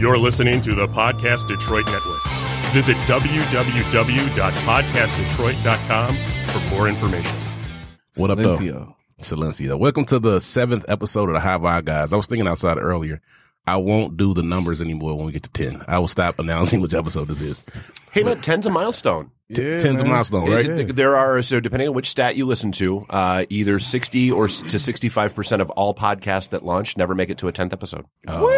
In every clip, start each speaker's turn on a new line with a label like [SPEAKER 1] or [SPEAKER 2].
[SPEAKER 1] You're listening to the Podcast Detroit Network. Visit www.podcastdetroit.com for more information.
[SPEAKER 2] What up, though?
[SPEAKER 3] Silencio.
[SPEAKER 2] Silencio. Welcome to the seventh episode of the High Vibe Guys. I was thinking outside earlier. I won't do the numbers anymore when we get to 10. I will stop announcing which episode this is.
[SPEAKER 4] Hey, look, ten's a milestone.
[SPEAKER 2] T-
[SPEAKER 3] Yeah,
[SPEAKER 2] 10's a
[SPEAKER 3] man.
[SPEAKER 2] milestone, right?
[SPEAKER 4] It- there are so depending on which stat you listen to, uh, either sixty or s- to sixty-five percent of all podcasts that launch never make it to a tenth episode.
[SPEAKER 5] Oh, we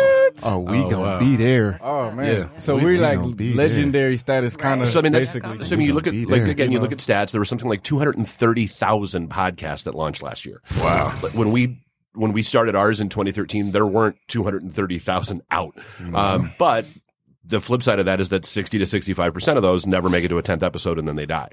[SPEAKER 2] Oh,
[SPEAKER 5] gonna
[SPEAKER 2] wow.
[SPEAKER 5] be there.
[SPEAKER 3] Oh man!
[SPEAKER 2] Yeah.
[SPEAKER 3] So
[SPEAKER 5] We-
[SPEAKER 3] we,
[SPEAKER 5] we
[SPEAKER 3] are like
[SPEAKER 5] gonna be
[SPEAKER 3] legendary status, kind of
[SPEAKER 4] So I mean, that's,
[SPEAKER 3] basically.
[SPEAKER 4] so I mean, you look at
[SPEAKER 5] Be
[SPEAKER 4] like
[SPEAKER 5] there.
[SPEAKER 4] again, you look at stats. There was something like two hundred and thirty thousand podcasts that launched last year.
[SPEAKER 2] Wow.
[SPEAKER 4] But when we when we started ours in 2013, there weren't 230,000 out. Um, but the flip side of that is that 60 to 65 percent of those never make it to a 10th episode and then they die.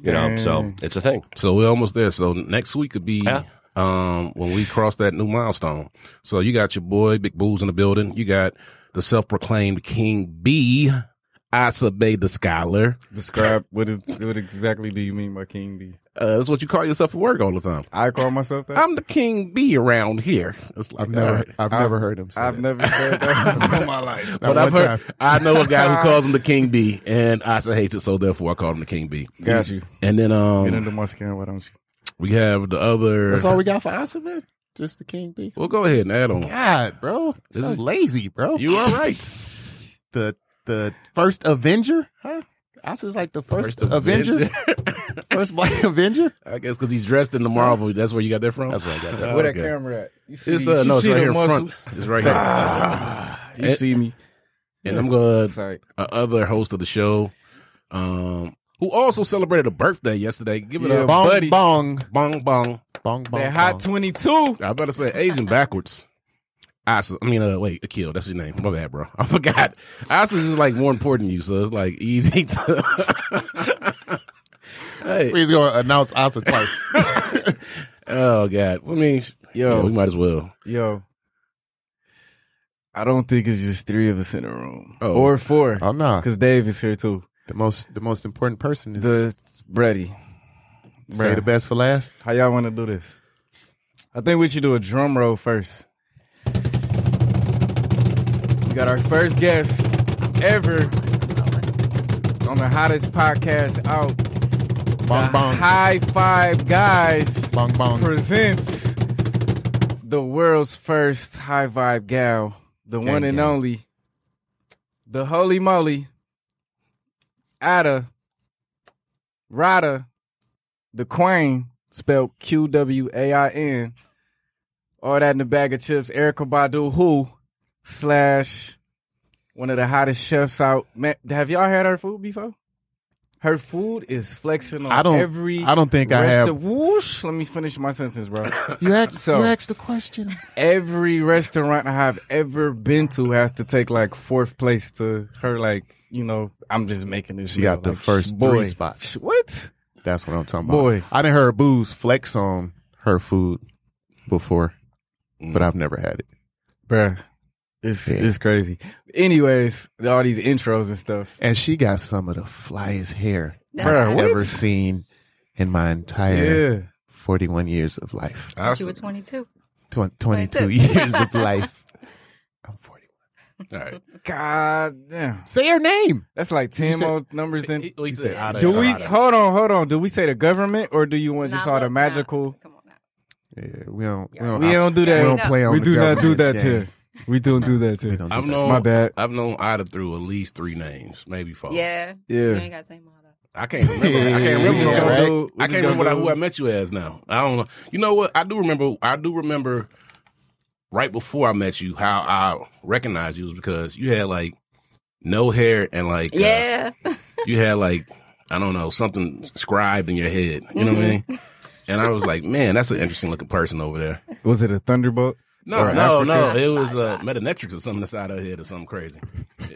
[SPEAKER 4] You know, so it's a thing.
[SPEAKER 2] So we're almost there. So next week could be
[SPEAKER 4] Yeah.
[SPEAKER 2] um when we cross that new milestone. So you got your boy Big Boo's in the building. You got the self-proclaimed King B, Asa Bay the scholar.
[SPEAKER 3] Describe what is what exactly do you mean by King B?
[SPEAKER 2] Uh, that's what you call yourself at work all the time.
[SPEAKER 3] I call myself that.
[SPEAKER 2] I'm the King B around here. It's like
[SPEAKER 5] I've never,
[SPEAKER 2] all right.
[SPEAKER 5] I've never heard him. Say
[SPEAKER 3] I've
[SPEAKER 5] that.
[SPEAKER 3] never said that in my life.
[SPEAKER 5] Not
[SPEAKER 2] But I've
[SPEAKER 5] one
[SPEAKER 2] heard,
[SPEAKER 5] time.
[SPEAKER 2] I know a guy who calls him the King B, and Asa hates it, so therefore I call him the King B.
[SPEAKER 3] Got you.
[SPEAKER 2] And then
[SPEAKER 3] Get
[SPEAKER 2] um,
[SPEAKER 3] under my skin, why don't you?
[SPEAKER 2] we have the other.
[SPEAKER 5] That's all we got for Oscar, man. Just the King B.
[SPEAKER 2] We'll go ahead and add on.
[SPEAKER 5] God, bro, this is lazy, bro.
[SPEAKER 2] You are right.
[SPEAKER 5] the the first Avenger, huh? Oscar's like the first, Avenger, first Black Avenger.
[SPEAKER 2] I guess because he's dressed in the Marvel. That's where you got that from.
[SPEAKER 5] That's what I got.
[SPEAKER 2] Oh,
[SPEAKER 3] Where that
[SPEAKER 2] okay.
[SPEAKER 3] camera at? You see,
[SPEAKER 2] It's uh,
[SPEAKER 3] you
[SPEAKER 2] no, it's
[SPEAKER 3] see
[SPEAKER 2] right
[SPEAKER 3] the
[SPEAKER 2] here in front.
[SPEAKER 3] muscles?
[SPEAKER 2] It's right here.
[SPEAKER 3] Ah, you
[SPEAKER 2] It-
[SPEAKER 3] see me?
[SPEAKER 2] and I'm gonna
[SPEAKER 3] Sorry.
[SPEAKER 2] uh, other host of the show, um, who also celebrated a birthday yesterday. Give it
[SPEAKER 3] Yeah,
[SPEAKER 2] up,
[SPEAKER 5] Bong,
[SPEAKER 3] buddy.
[SPEAKER 5] bong,
[SPEAKER 2] bong bong.
[SPEAKER 5] bong, bong.
[SPEAKER 3] That hot
[SPEAKER 5] bong.
[SPEAKER 3] twenty two.
[SPEAKER 2] I better say aging backwards. Asa, I mean, uh, wait, Akil, that's his name. My bad, bro. I forgot. Asa's is like more important than you, so it's like easy to. hey,
[SPEAKER 5] He's gonna announce Oscar twice.
[SPEAKER 2] oh god. I mean,
[SPEAKER 3] Yo.
[SPEAKER 2] yeah, we might as well.
[SPEAKER 3] Yo, I don't think it's just three of us in the room,
[SPEAKER 2] Oh.
[SPEAKER 3] or four,
[SPEAKER 5] oh no,
[SPEAKER 3] because Dave is here too.
[SPEAKER 5] the most the most important person is
[SPEAKER 3] The Brady,
[SPEAKER 5] say the best for last.
[SPEAKER 3] How y'all want to do this? I think we should do a drum roll first. We got our first guest ever on the hottest podcast out.
[SPEAKER 5] Bong,
[SPEAKER 3] The
[SPEAKER 5] bong,
[SPEAKER 3] High Five Guys
[SPEAKER 5] bong, bong.
[SPEAKER 3] presents the world's first high vibe gal, the one and only, the holy moly, Ada, Rada, the Queen, spelled Q W A I N, all that in the bag of chips, Erica Badu, who slash one of the hottest chefs out. Man, have y'all had her food before? Her food is flexing on
[SPEAKER 5] I don't.
[SPEAKER 3] every
[SPEAKER 5] I don't think I
[SPEAKER 3] Rest
[SPEAKER 5] have.
[SPEAKER 3] of- whoosh, let me finish my sentence, bro.
[SPEAKER 5] You asked.
[SPEAKER 3] So-
[SPEAKER 5] you asked the question.
[SPEAKER 3] Every restaurant I have ever been to has to take like fourth place to her. Like you know, I'm just making this.
[SPEAKER 5] She
[SPEAKER 3] meal.
[SPEAKER 5] got the
[SPEAKER 3] Like,
[SPEAKER 5] first
[SPEAKER 3] boy.
[SPEAKER 5] three spots.
[SPEAKER 3] What?
[SPEAKER 5] That's what I'm talking about.
[SPEAKER 3] Boy.
[SPEAKER 5] I didn't hear booze flex on her food before, but I've never had it.
[SPEAKER 3] Bruh. It's
[SPEAKER 5] Yeah.
[SPEAKER 3] it's crazy. Anyways, all these intros and stuff.
[SPEAKER 5] And she got some of the flyest hair
[SPEAKER 3] Bruh,
[SPEAKER 5] I've
[SPEAKER 3] what?
[SPEAKER 5] ever seen in my entire
[SPEAKER 3] Yeah. Uh,
[SPEAKER 5] 41 years of life.
[SPEAKER 2] Asa,
[SPEAKER 6] You were 22.
[SPEAKER 5] Tw- 22
[SPEAKER 6] 22.
[SPEAKER 5] years of life. I'm 41.
[SPEAKER 2] all right.
[SPEAKER 3] God damn.
[SPEAKER 5] Say her name.
[SPEAKER 3] That's like ten
[SPEAKER 5] said-
[SPEAKER 3] more numbers than.
[SPEAKER 2] He said, Ada,
[SPEAKER 3] Do we
[SPEAKER 2] Ada.
[SPEAKER 3] hold on? Hold on. Do we say the government or do you want just
[SPEAKER 6] Nah,
[SPEAKER 3] all the
[SPEAKER 6] look, nah.
[SPEAKER 3] magical?
[SPEAKER 6] Come on now.
[SPEAKER 5] Yeah, we don't. We don't,
[SPEAKER 3] We don't do
[SPEAKER 5] we
[SPEAKER 3] that.
[SPEAKER 5] don't play on
[SPEAKER 3] we
[SPEAKER 5] the
[SPEAKER 3] do not do
[SPEAKER 5] government's
[SPEAKER 3] that
[SPEAKER 5] game.
[SPEAKER 3] here. We don't do that
[SPEAKER 5] We
[SPEAKER 3] here.
[SPEAKER 5] don't do
[SPEAKER 2] I've
[SPEAKER 5] that.
[SPEAKER 2] known
[SPEAKER 3] My bad.
[SPEAKER 2] I've known Ida through at least three names, maybe four.
[SPEAKER 6] Yeah. You
[SPEAKER 3] Yeah.
[SPEAKER 6] ain't got to say motto.
[SPEAKER 2] I can't remember. I can't
[SPEAKER 3] We just
[SPEAKER 2] remember.
[SPEAKER 3] gonna
[SPEAKER 5] right?
[SPEAKER 2] I
[SPEAKER 3] do- we just
[SPEAKER 2] can't
[SPEAKER 3] gonna
[SPEAKER 2] remember what I,
[SPEAKER 3] do-
[SPEAKER 2] who I met you as now. I don't know. You know what? I do remember. I do remember right before I met you how I recognized you was because you had like no hair and like uh,
[SPEAKER 6] Yeah.
[SPEAKER 2] you had like I don't know something scribed in your head. You know what I mean? And I was like, man, that's an interesting looking person over there.
[SPEAKER 3] Was it a thunderbolt?
[SPEAKER 2] No,
[SPEAKER 5] Or
[SPEAKER 2] no,
[SPEAKER 5] Africa.
[SPEAKER 2] no. It was uh, metanetrics or something inside her head or something crazy.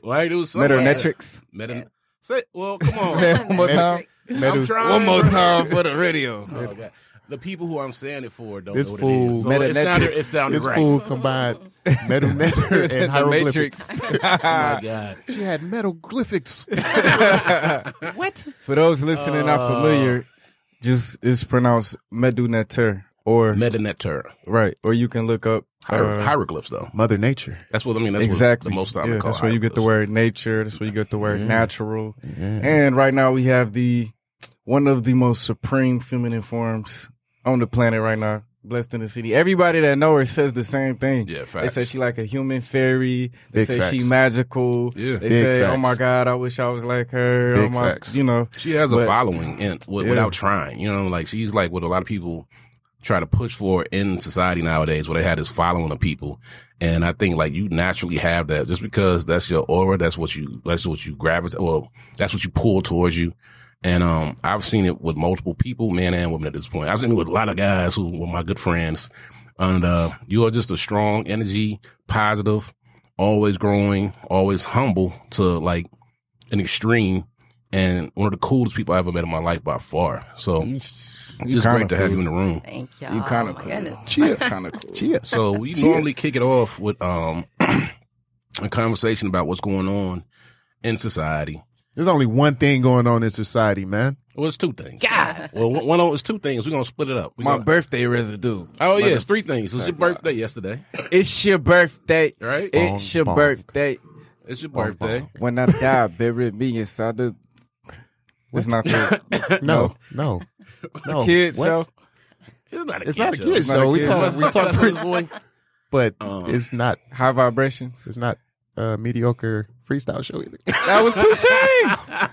[SPEAKER 2] Right? It was something.
[SPEAKER 3] Metanetrics.
[SPEAKER 2] Meta- Say, well, come on.
[SPEAKER 3] Say it one more time.
[SPEAKER 2] I'm trying,
[SPEAKER 3] One more
[SPEAKER 2] bro.
[SPEAKER 3] time for the radio.
[SPEAKER 2] Oh, God. The people who I'm saying it for don't
[SPEAKER 5] This
[SPEAKER 2] know what
[SPEAKER 5] fool,
[SPEAKER 2] it is. So it sounded, it sounded
[SPEAKER 5] this
[SPEAKER 2] right.
[SPEAKER 5] fool combined metal matter and
[SPEAKER 3] the
[SPEAKER 5] hieroglyphics.
[SPEAKER 3] Matrix.
[SPEAKER 2] Oh, my God.
[SPEAKER 5] She had metaglyphics.
[SPEAKER 2] Uh,
[SPEAKER 3] For those listening not familiar, just it's pronounced Medunetter. or
[SPEAKER 2] Metanetter.
[SPEAKER 3] right, or you can look up
[SPEAKER 2] Hier-
[SPEAKER 3] uh,
[SPEAKER 2] hieroglyphs, though.
[SPEAKER 5] Mother Nature.
[SPEAKER 2] That's what I mean. That's
[SPEAKER 3] exactly
[SPEAKER 2] what the most time
[SPEAKER 3] Yeah,
[SPEAKER 2] to call
[SPEAKER 3] that's where you get the
[SPEAKER 2] hieroglyphs.
[SPEAKER 3] word nature. That's where you get the word
[SPEAKER 5] Yeah.
[SPEAKER 3] natural.
[SPEAKER 5] Yeah.
[SPEAKER 3] And right now we have the one of the most supreme feminine forms on the planet right now, blessed in the city. Everybody that know her says the same thing.
[SPEAKER 2] Yeah,
[SPEAKER 3] They
[SPEAKER 2] facts.
[SPEAKER 3] say she like a human fairy. They
[SPEAKER 5] Big
[SPEAKER 3] say she
[SPEAKER 5] facts.
[SPEAKER 3] magical.
[SPEAKER 2] Yeah.
[SPEAKER 3] They
[SPEAKER 5] Big
[SPEAKER 3] say, "Oh my
[SPEAKER 5] facts.
[SPEAKER 3] God, I wish I was like her." oh
[SPEAKER 5] Big
[SPEAKER 3] my,
[SPEAKER 5] facts.
[SPEAKER 3] you know,
[SPEAKER 2] She has a
[SPEAKER 3] But-
[SPEAKER 2] following and w-
[SPEAKER 3] Yeah.
[SPEAKER 2] without trying. You know, like she's like what a lot of people try to push for in society nowadays, where they had this following of people. And I think like you naturally have that just because that's your aura. That's what you, that's what you gravitate, well, that's what you pull towards you. And, um, I've seen it with multiple people, men and women at this point. I've seen it with a lot of guys who were my good friends. And, uh, you are just a strong energy, positive, always growing, always humble to like an extreme and one of the coolest people I ever met in my life by far. So it's great to have you in the room.
[SPEAKER 6] Thank y'all.
[SPEAKER 3] You kind of
[SPEAKER 6] oh my
[SPEAKER 3] cool.
[SPEAKER 6] goodness.
[SPEAKER 5] Chia.
[SPEAKER 3] Kind of cool.
[SPEAKER 5] Chia.
[SPEAKER 2] So we normally kick it off with um a conversation about what's going on in society.
[SPEAKER 5] There's only one thing going on in society, man.
[SPEAKER 2] Well, it's two things. God. Well, one, one of it's two things. We're gonna split it up. We're
[SPEAKER 3] My
[SPEAKER 2] gonna-
[SPEAKER 3] birthday residue.
[SPEAKER 2] oh yeah, it's three things. It's your birthday yesterday,
[SPEAKER 3] It's your birthday.
[SPEAKER 2] right?
[SPEAKER 3] It's
[SPEAKER 5] Bong,
[SPEAKER 3] your
[SPEAKER 5] bong.
[SPEAKER 3] birthday.
[SPEAKER 2] It's your birthday.
[SPEAKER 3] When I die, bury me inside the. It's not the
[SPEAKER 5] No, no, no.
[SPEAKER 3] kids
[SPEAKER 5] Oh, What?
[SPEAKER 3] show.
[SPEAKER 2] It's not a
[SPEAKER 5] It's not a
[SPEAKER 2] show.
[SPEAKER 5] kid
[SPEAKER 3] not a
[SPEAKER 5] show. We
[SPEAKER 3] kid Uh.
[SPEAKER 5] talk.
[SPEAKER 2] That's-
[SPEAKER 5] We talk.
[SPEAKER 2] that's
[SPEAKER 5] pretty-
[SPEAKER 2] what it's for.
[SPEAKER 5] But
[SPEAKER 2] Um,
[SPEAKER 5] it's not.
[SPEAKER 3] High vibrations.
[SPEAKER 5] It's not a mediocre freestyle show either.
[SPEAKER 3] That was two chains.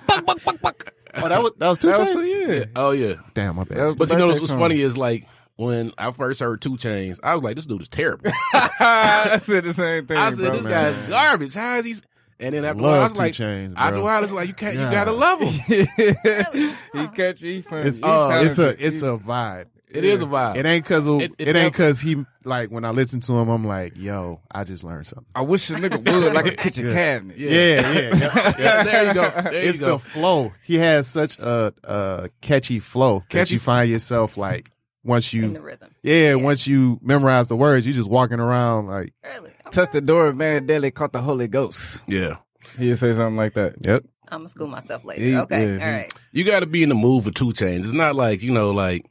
[SPEAKER 5] Oh, that was that was two
[SPEAKER 3] that was
[SPEAKER 5] Chainz?
[SPEAKER 3] two years.
[SPEAKER 2] Oh yeah.
[SPEAKER 5] Damn, my
[SPEAKER 3] That
[SPEAKER 5] bad.
[SPEAKER 3] was-
[SPEAKER 2] But you know what's
[SPEAKER 3] Birthday song.
[SPEAKER 2] funny is like when I first heard Two Chains, I was like, this dude is terrible.
[SPEAKER 3] I said the same thing.
[SPEAKER 2] I said,
[SPEAKER 3] bro.
[SPEAKER 2] this
[SPEAKER 5] man.
[SPEAKER 2] guy's garbage. How is he? s-" And then after a while, I
[SPEAKER 5] Love
[SPEAKER 2] was
[SPEAKER 5] Two
[SPEAKER 2] like,
[SPEAKER 5] Chainz,
[SPEAKER 2] I
[SPEAKER 5] bro.
[SPEAKER 2] know how it's like. You can't. You
[SPEAKER 5] Yeah.
[SPEAKER 2] gotta love him.
[SPEAKER 3] he catch he funny.
[SPEAKER 5] It's,
[SPEAKER 3] He
[SPEAKER 5] uh, it's a
[SPEAKER 3] talented.
[SPEAKER 5] it's a vibe.
[SPEAKER 2] It is a vibe.
[SPEAKER 5] It ain't cause of,
[SPEAKER 2] It- it
[SPEAKER 5] it, ain't
[SPEAKER 2] never-
[SPEAKER 5] cause he like when I listen to him, I'm like, yo, I just learned something.
[SPEAKER 3] I wish a nigga would like a kitchen cabinet.
[SPEAKER 2] Yeah.
[SPEAKER 5] Yeah, yeah. yeah.
[SPEAKER 2] Yeah, there you go. There
[SPEAKER 5] it's
[SPEAKER 2] you go.
[SPEAKER 5] the flow. He has such a, a catchy flow that
[SPEAKER 2] Catchy-
[SPEAKER 5] you find yourself like once
[SPEAKER 6] In the
[SPEAKER 5] you
[SPEAKER 6] rhythm.
[SPEAKER 5] yeah, once you memorize the words, you just walking around like
[SPEAKER 6] Really?
[SPEAKER 3] Touch the door of Mandela caught the Holy Ghost.
[SPEAKER 2] yeah.
[SPEAKER 3] He'd say something like that.
[SPEAKER 5] yep.
[SPEAKER 6] I'm gonna school myself later.
[SPEAKER 3] Yeah,
[SPEAKER 6] okay.
[SPEAKER 3] yeah.
[SPEAKER 6] All right.
[SPEAKER 2] You gotta be in the mood for Two Chains. It's not like you know, like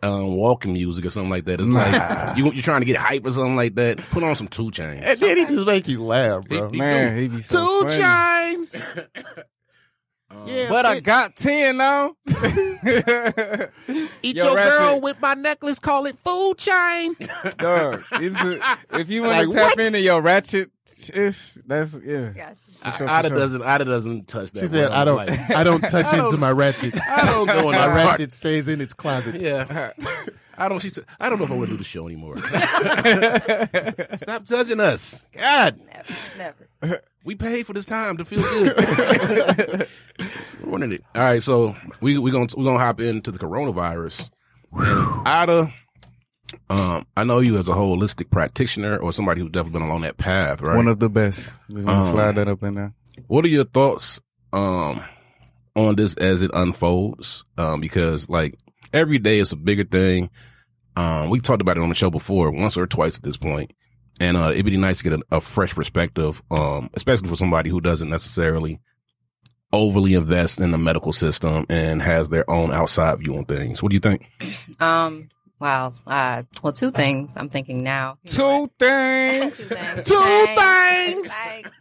[SPEAKER 2] um, walking music or something like that. It's
[SPEAKER 3] Nah.
[SPEAKER 2] like you you're trying to get hype or something like that. Put on some Two Chains.
[SPEAKER 5] And then he just make you laugh, bro.
[SPEAKER 2] He-
[SPEAKER 3] Man, he be so funny.
[SPEAKER 5] chimes. yeah,
[SPEAKER 3] But I got 10 now. Eat
[SPEAKER 5] with my necklace. Call it food chain.
[SPEAKER 3] Dog, it's a- if you want
[SPEAKER 5] Like,
[SPEAKER 3] to tap
[SPEAKER 5] what?
[SPEAKER 3] into your ratchet ish, that's, yeah.
[SPEAKER 6] Gotcha.
[SPEAKER 2] I-
[SPEAKER 3] for sure,
[SPEAKER 2] Ida
[SPEAKER 3] for sure.
[SPEAKER 2] doesn't. Ida doesn't touch that.
[SPEAKER 5] She said,
[SPEAKER 2] realm.
[SPEAKER 5] "I don't,
[SPEAKER 2] Like,
[SPEAKER 5] I don't touch into my ratchet.
[SPEAKER 2] I don't go in
[SPEAKER 5] my
[SPEAKER 2] that ratchet.
[SPEAKER 5] ratchet stays in its closet."
[SPEAKER 2] Yeah. I don't. She said, "I don't know if I want to do the show anymore." Stop judging us, God.
[SPEAKER 6] Never. Never.
[SPEAKER 2] We paid for this time to feel good. we wanted it. All right, so we we gonna we gonna hop into the coronavirus. And Ida, um, I know you as a holistic practitioner or somebody who's definitely been along that path, right?
[SPEAKER 3] One of the best. Just want to
[SPEAKER 2] Um,
[SPEAKER 3] slide that up in there.
[SPEAKER 2] what are your thoughts um on this as it unfolds? Um, because like every day is a bigger thing. Um, we talked about it on the show before, once or twice at this point. And uh, it'd be nice to get a, a fresh perspective, um, especially for somebody who doesn't necessarily overly invest in the medical system and has their own outside view on things. What do you think?
[SPEAKER 6] Um. Wow. Uh, well, two things I'm thinking now. You know
[SPEAKER 3] Two
[SPEAKER 6] what?
[SPEAKER 3] things.
[SPEAKER 6] Two things. Like,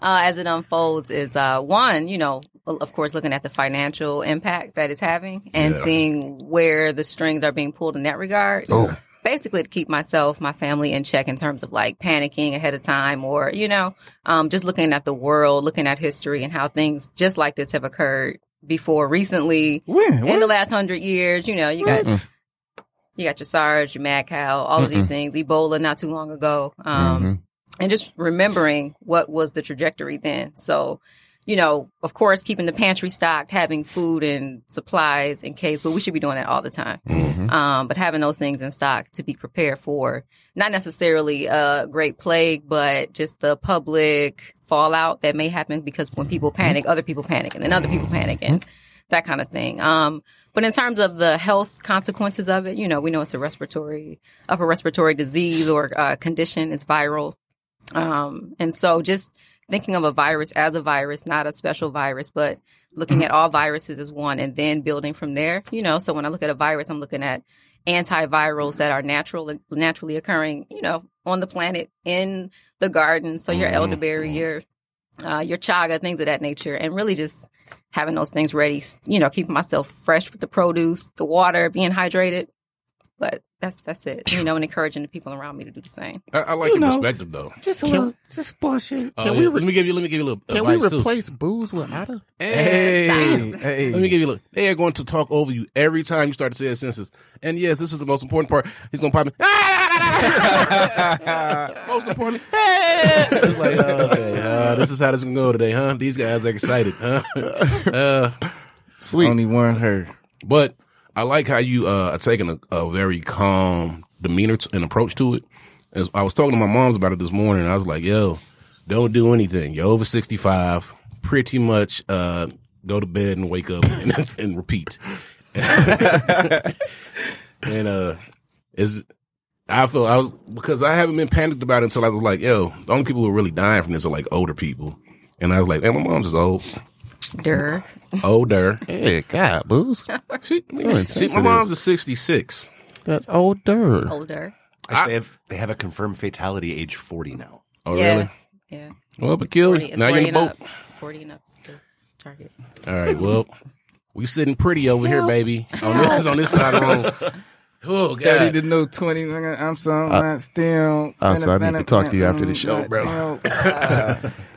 [SPEAKER 6] Uh, as it unfolds, is uh, one, you know, of course, looking at the financial impact that it's having and
[SPEAKER 2] Yeah.
[SPEAKER 6] seeing where the strings are being pulled in that regard.
[SPEAKER 2] Oh.
[SPEAKER 6] Basically, to keep myself, my family in check in terms of like panicking ahead of time or, you know, um, just looking at the world, looking at history and how things just like this have occurred before recently
[SPEAKER 3] When?
[SPEAKER 6] in the
[SPEAKER 3] What?
[SPEAKER 6] last hundred years. You know, you got you got your SARS, your mad cow, all of these things. Ebola not too long ago, um, and just remembering what was the trajectory then. So, you know, of course, keeping the pantry stocked, having food and supplies in case, but we should be doing that all the time. Um, but having those things in stock to be prepared for not necessarily a great plague, but just the public fallout that may happen because when people panic, other people panic, and then other people panic, and that kind of thing. Um, but in terms of the health consequences of it, you know, we know it's a respiratory, upper respiratory disease or uh, condition. It's viral. Um, and so just thinking of a virus as a virus, not a special virus, but looking at all viruses as one and then building from there, you know. So when I look at a virus, I'm looking at antivirals that are natural naturally occurring, you know, on the planet in the garden. So your elderberry, your uh, your chaga, things of that nature, and really just having those things ready. You know, keeping myself fresh with the produce, the water, being hydrated. But that's that's it. You know, and encouraging the people around me to do the same.
[SPEAKER 2] I, I like
[SPEAKER 7] You
[SPEAKER 2] your
[SPEAKER 7] know.
[SPEAKER 2] perspective though.
[SPEAKER 7] Just a little, just bullshit.
[SPEAKER 2] Uh,
[SPEAKER 5] we re-
[SPEAKER 2] let me give you. Let me give you a little.
[SPEAKER 5] Can we
[SPEAKER 2] advice, too.
[SPEAKER 5] replace booze with Ada?
[SPEAKER 2] Hey,
[SPEAKER 3] Hey,
[SPEAKER 2] let me give you a look. They are going to talk over you every time you start to say a sentence. And yes, this is the most important part. He's going to pop in. "Ah!" most importantly, it's like, okay, uh, this is how this is going to go today, huh? These guys are excited, huh? Uh,
[SPEAKER 5] Sweet.
[SPEAKER 3] only one her.
[SPEAKER 2] but I like how you uh, are taking a, a very calm demeanor t- and approach to it. As I was talking to my mom's about it this morning. I was like, "Yo, don't do anything. You're over sixty five. Pretty much, uh, go to bed and wake up and, and repeat." and uh, is I feel I was because I haven't been panicked about it until I was like, "Yo, the only people who are really dying from this are like older people." And I was like, "Man, my mom's just old,
[SPEAKER 6] Durr.
[SPEAKER 2] older."
[SPEAKER 5] Hey, God, booze.
[SPEAKER 2] She, she, my
[SPEAKER 5] insensitive.
[SPEAKER 2] mom's is sixty six.
[SPEAKER 5] That's older.
[SPEAKER 6] Older.
[SPEAKER 2] I-
[SPEAKER 8] they have they have a confirmed fatality age forty now.
[SPEAKER 2] Oh,
[SPEAKER 6] yeah.
[SPEAKER 2] really?
[SPEAKER 6] Yeah.
[SPEAKER 2] Well, but kill
[SPEAKER 6] Forty-
[SPEAKER 2] it. Now you're in the
[SPEAKER 6] forty and
[SPEAKER 2] boat.
[SPEAKER 6] up. Forty and up is the target.
[SPEAKER 2] All right, well, we sitting pretty over here, baby. On this, on this side of the room. Oh, God.
[SPEAKER 3] Thirty to no twenty. nigga, I'm so not still.
[SPEAKER 5] uh, so I need to talk to you after the show,
[SPEAKER 3] bro.